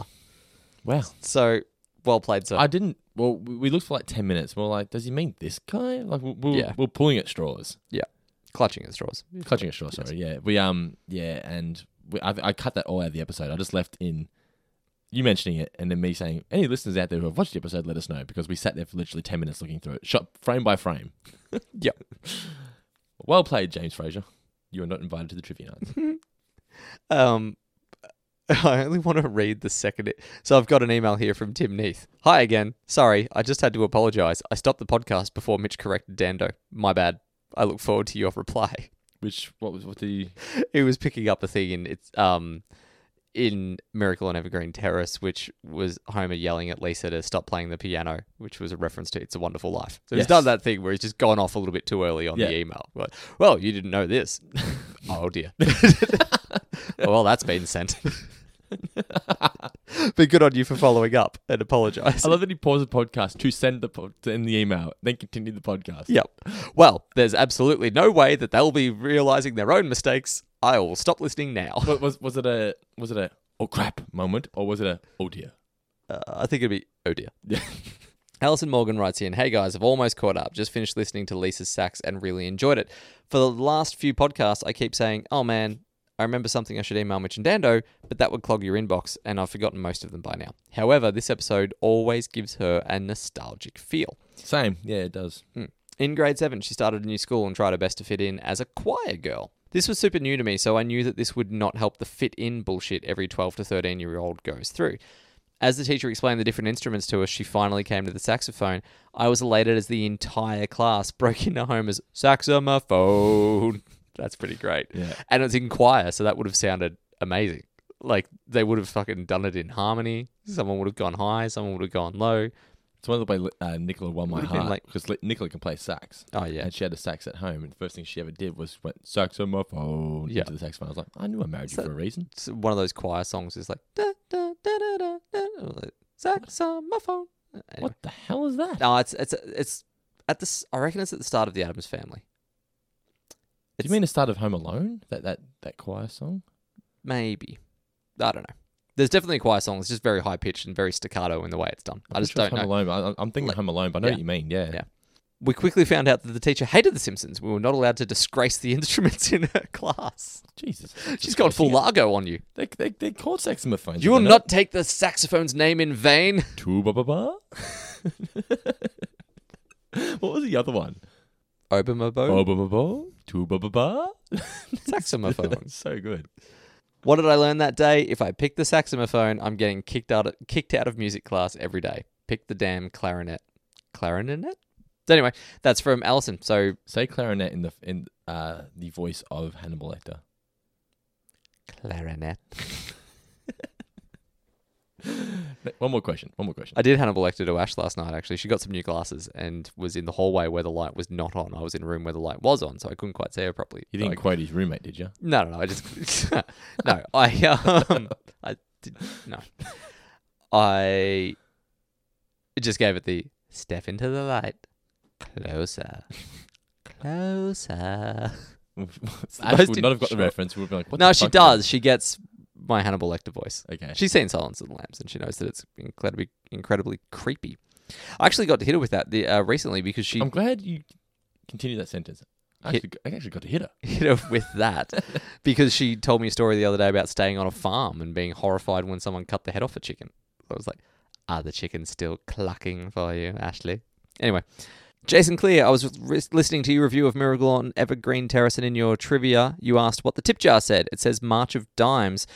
Wow. So, well played, sir. I didn't. Well, we we looked for like ten minutes. We We're like, does he mean this guy? Like, we- we're, Yeah. we're pulling at straws, yeah, clutching at straws. clutching at straws. Sorry, yeah. We um, yeah, and we, I, I cut that all out of the episode. I just left in you mentioning it and then me saying, any listeners out there who have watched the episode, let us know because we sat there for literally 10 minutes looking through it, shot frame by frame. yep. Well played, James Fraser. You are not invited to the trivia night. Um, I only want to read the second. e-, So I've got an email here from Tim Neath. Hi again. Sorry, I just had to apologize. I stopped the podcast before Mitch corrected Dando. My bad. I look forward to your reply. Which what was what the? It was picking up the thing in it's um in Miracle on Evergreen Terrace, which was Homer yelling at Lisa to stop playing the piano, which was a reference to It's a Wonderful Life. So he's Yes. done that thing where he's just gone off a little bit too early on the Yeah. email. Like, well, you didn't know this. oh dear. Oh, well, that's been sent. but good on you for following up and apologise. I love that he paused the podcast to send the pod, send the email, then continue the podcast. Yep. Well, there's absolutely no way that they'll be realising their own mistakes. I will stop listening now. Wa- was was it a was it a oh crap moment or was it a oh dear? Uh, I think it'd be oh dear. Alison Morgan writes in, Hey guys, I've almost caught up. Just finished listening to Lisa's sax and really enjoyed it. For the last few podcasts, I keep saying, Oh man, I remember something I should email Mitch and Dando, but that would clog your inbox, and I've forgotten most of them by now. However, this episode always gives her a nostalgic feel. Same, yeah, it does. In grade seven, she started a new school and tried her best to fit in as a choir girl. This was super new to me, so I knew that this would not help the fit in bullshit every 12 to 13 year old goes through. As the teacher explained the different instruments to us, she finally came to the saxophone. I was elated as the entire class broke into Homer's saxophone. That's pretty great. Yeah. And it's in choir, so that would have sounded amazing. Like they would have fucking done it in harmony. Someone would have gone high, someone would have gone low. It's one of the way uh, Nicola won my Would've been heart like- because Nicola can play sax. Oh, yeah. and she had a sax at home, and the first thing she ever did was went saxophone Yeah. into the saxophone. I was like, I knew I married you So- for a reason. it's one of those choir songs is like da, da, da, da, da, da, like, saxophone. Anyway. What the hell is that? No, it's it's it's at this. I reckon it's at the start of the Adams Family. Do you mean the start of Home Alone? That that that choir song? Maybe I don't know. There's definitely a choir song. It's just very high pitched and very staccato in the way it's done. i I'm just sure it's don't know. Home Alone. I, I'm thinking Like- Home Alone, but I know yeah. what you mean. Yeah, Yeah. We quickly found out that the teacher hated The Simpsons. We were not allowed to disgrace the instruments in her class. Jesus, She's gone full Largo on you. They they they called saxophones. You will not take the saxophone's name in vain. tuba ba ba. What was the other one? Oh. Obomobo. Bo tuba ba ba. Saxophone. So good. What did I learn that day? If I pick the saxophone, I'm getting kicked out of, kicked out of music class every day. Pick the damn clarinet. Clarinet? So anyway, that's from Allison. So Say clarinet in the in uh the voice of Hannibal Lecter. clarinet. One more question. One more question. I did Hannibal Lecter to Ash last night. Actually, she got some new glasses and was in the hallway where the light was not on. I was in a room where the light was on, so I couldn't quite see her properly. You didn't So I- quote his roommate, did you? No, no, no. I just no. I um, I did no. I just gave it the step into the light, closer, closer. Ash most would not have got the insurance- reference. We would have been like, what no, the she fuck is that? does. She gets my Hannibal Lecter voice. Okay. she's seen Silence of the Lambs, and she knows that it's incredibly, incredibly creepy. I actually got to hit her with that the, uh, recently because she I'm glad you continue that sentence. I actually, I actually got to hit her. hit her with that because she told me a story the other day about staying on a farm and being horrified when someone cut the head off a chicken. I was like, are the chickens still clucking for you, Ashley? Anyway, Jason Clear, I was re- listening to your review of Miracle on Evergreen Terrace, and in your trivia, you asked what the tip jar said. It says March of Dimes,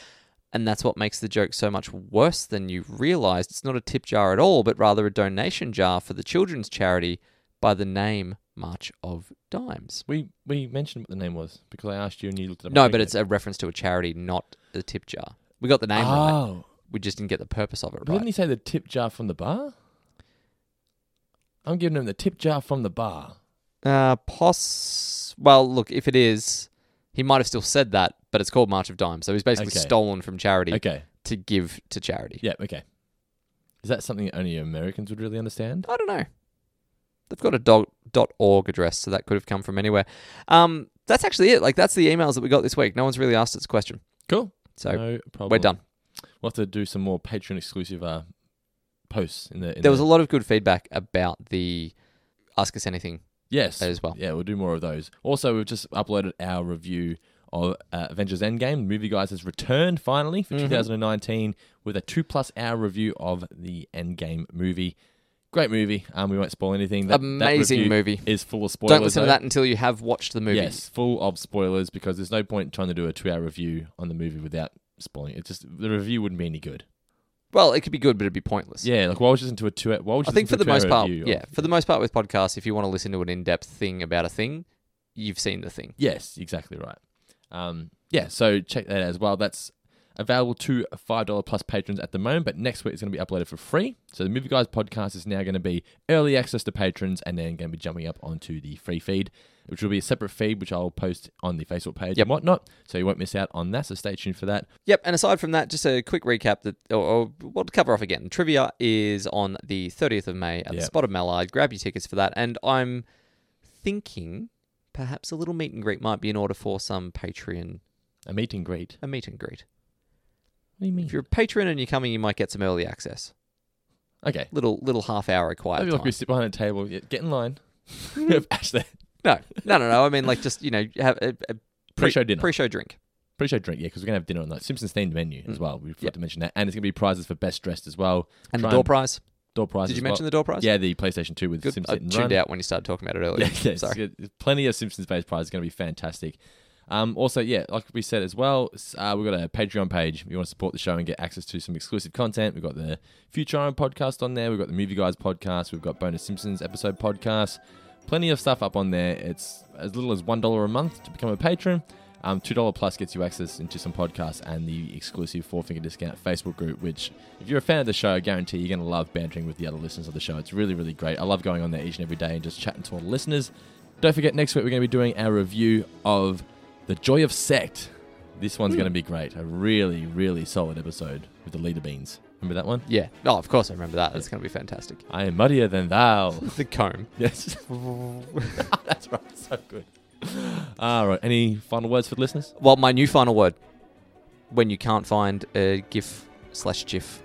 and that's what makes the joke so much worse than you realised. It's not a tip jar at all, but rather a donation jar for the children's charity by the name March of Dimes. We we mentioned what the name was because I asked you and you looked it up. No, on but Wikipedia. it's a reference to a charity, not a tip jar. We got the name right. Oh. We just didn't get the purpose of it But right. didn't he say the tip jar from the bar? I'm giving him the tip jar from the bar. Uh, pos. Well, look, if it is, he might have still said that, but it's called March of Dimes, so he's basically Okay. stolen from charity. Okay. To give to charity. Yeah. Okay. Is that something only Americans would really understand? I don't know. They've got a dot dot org address, so that could have come from anywhere. Um, that's actually it. Like that's the emails that we got this week. No one's really asked us a question. Cool. So no problem. we're done. We'll have to do some more Patreon exclusive uh, posts in the. In There was a the- lot of good feedback about the ask us anything Yes. as well. Yeah, we'll do more of those. Also, we've just uploaded our review of uh, Avengers Endgame. The movie guys has returned finally for Mhm. 2019 with a two plus hour review of the Endgame movie. Great movie. Um, we won't spoil anything. That- that Amazing review movie. Is full of spoilers. Don't listen to though. that until you have watched the movie. Yes, full of spoilers because there's no point trying to do a two hour review on the movie without spoiling. It just the review wouldn't be any good. Well, it could be good, but it'd be pointless. Yeah, like why would you listen to a two? Why would you I think for listen the to a most two-hour part, review of- yeah, for the most part with podcasts, if you want to listen to an in-depth thing about a thing, you've seen the thing. Yes, exactly right. Um, yeah, so check that as well. That's available to five dollar plus patrons at the moment, but next week it's going to be uploaded for free. So the Movie Guys podcast is now going to be early access to patrons, and then going to be jumping up onto the free feed, which will be a separate feed which I'll post on the Facebook page and whatnot. So you won't miss out on that. So stay tuned for that. Yep, and aside from that, just a quick recap that or, or we'll cover off again. Trivia is on the 30th of May at the Yep. Spot of Mallard. Grab your tickets for that. And I'm thinking perhaps a little meet and greet might be in order for some Patreon. A meet and greet. A meet and greet. What do you mean? If you're a patron and you're coming, you might get some early access. Okay. Little little half hour quiet. Maybe time. like we sit behind a table, yeah, get in line. Have Ash there. No, no, no, no. I mean, like, just you know, have a, a Pre-show dinner. pre-show drink. Pre-show drink, yeah, because we're gonna have dinner on the Simpsons themed menu as Mm. well. We forgot Yep. to mention that, and it's gonna be prizes for best dressed as well. And the Try door prize. Door prize. Did you as mention well. the door prize? Yeah, the PlayStation Two with Good. Simpsons. I Hit and tuned Run. out when you started talking about it earlier. Yeah, yeah, it's Sorry. good. There's Plenty of Simpsons based prizes going to be fantastic. Um, also, yeah, like we said as well, s- uh, we've got a Patreon page. If you want to support the show and get access to some exclusive content, we've got the Future Iron podcast on there. We've got the Movie Guys podcast. We've got bonus Simpsons episode podcast. Plenty of stuff up on there. It's as little as $1 a month to become a patron. Um, $2 plus gets you access into some podcasts and the exclusive Four Finger Discount Facebook group, which, if you're a fan of the show, I guarantee you're going to love bantering with the other listeners of the show. It's really, really great. I love going on there each and every day and just chatting to all the listeners. Don't forget, next week we're going to be doing our review of The Joy of Sect. This Hmm. one's going to be great. A really, really solid episode with the leader beans. Remember that one? Yeah. Oh, of course I remember that. That's going to be fantastic. I am muddier than thou. the comb. Yes. That's right. So good. All right. Any final words for the listeners? Well, my new final word. When you can't find a GIF slash GIF,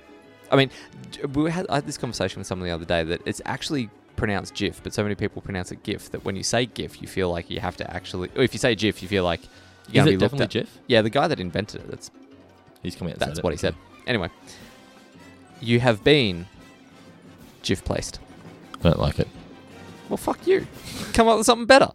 I mean, j- we had I had this conversation with someone the other day that it's actually pronounced GIF, but so many people pronounce it GIF that when you say GIF, you feel like you have to actually. Or if you say GIF, you feel like you're Is gonna it be looked definitely at. GIF? Yeah, the guy that invented it. That's He's coming out and said That's it. Hmm. what he said. Anyway, you have been GIF placed. Don't like it. Well, fuck you. Come up with something better.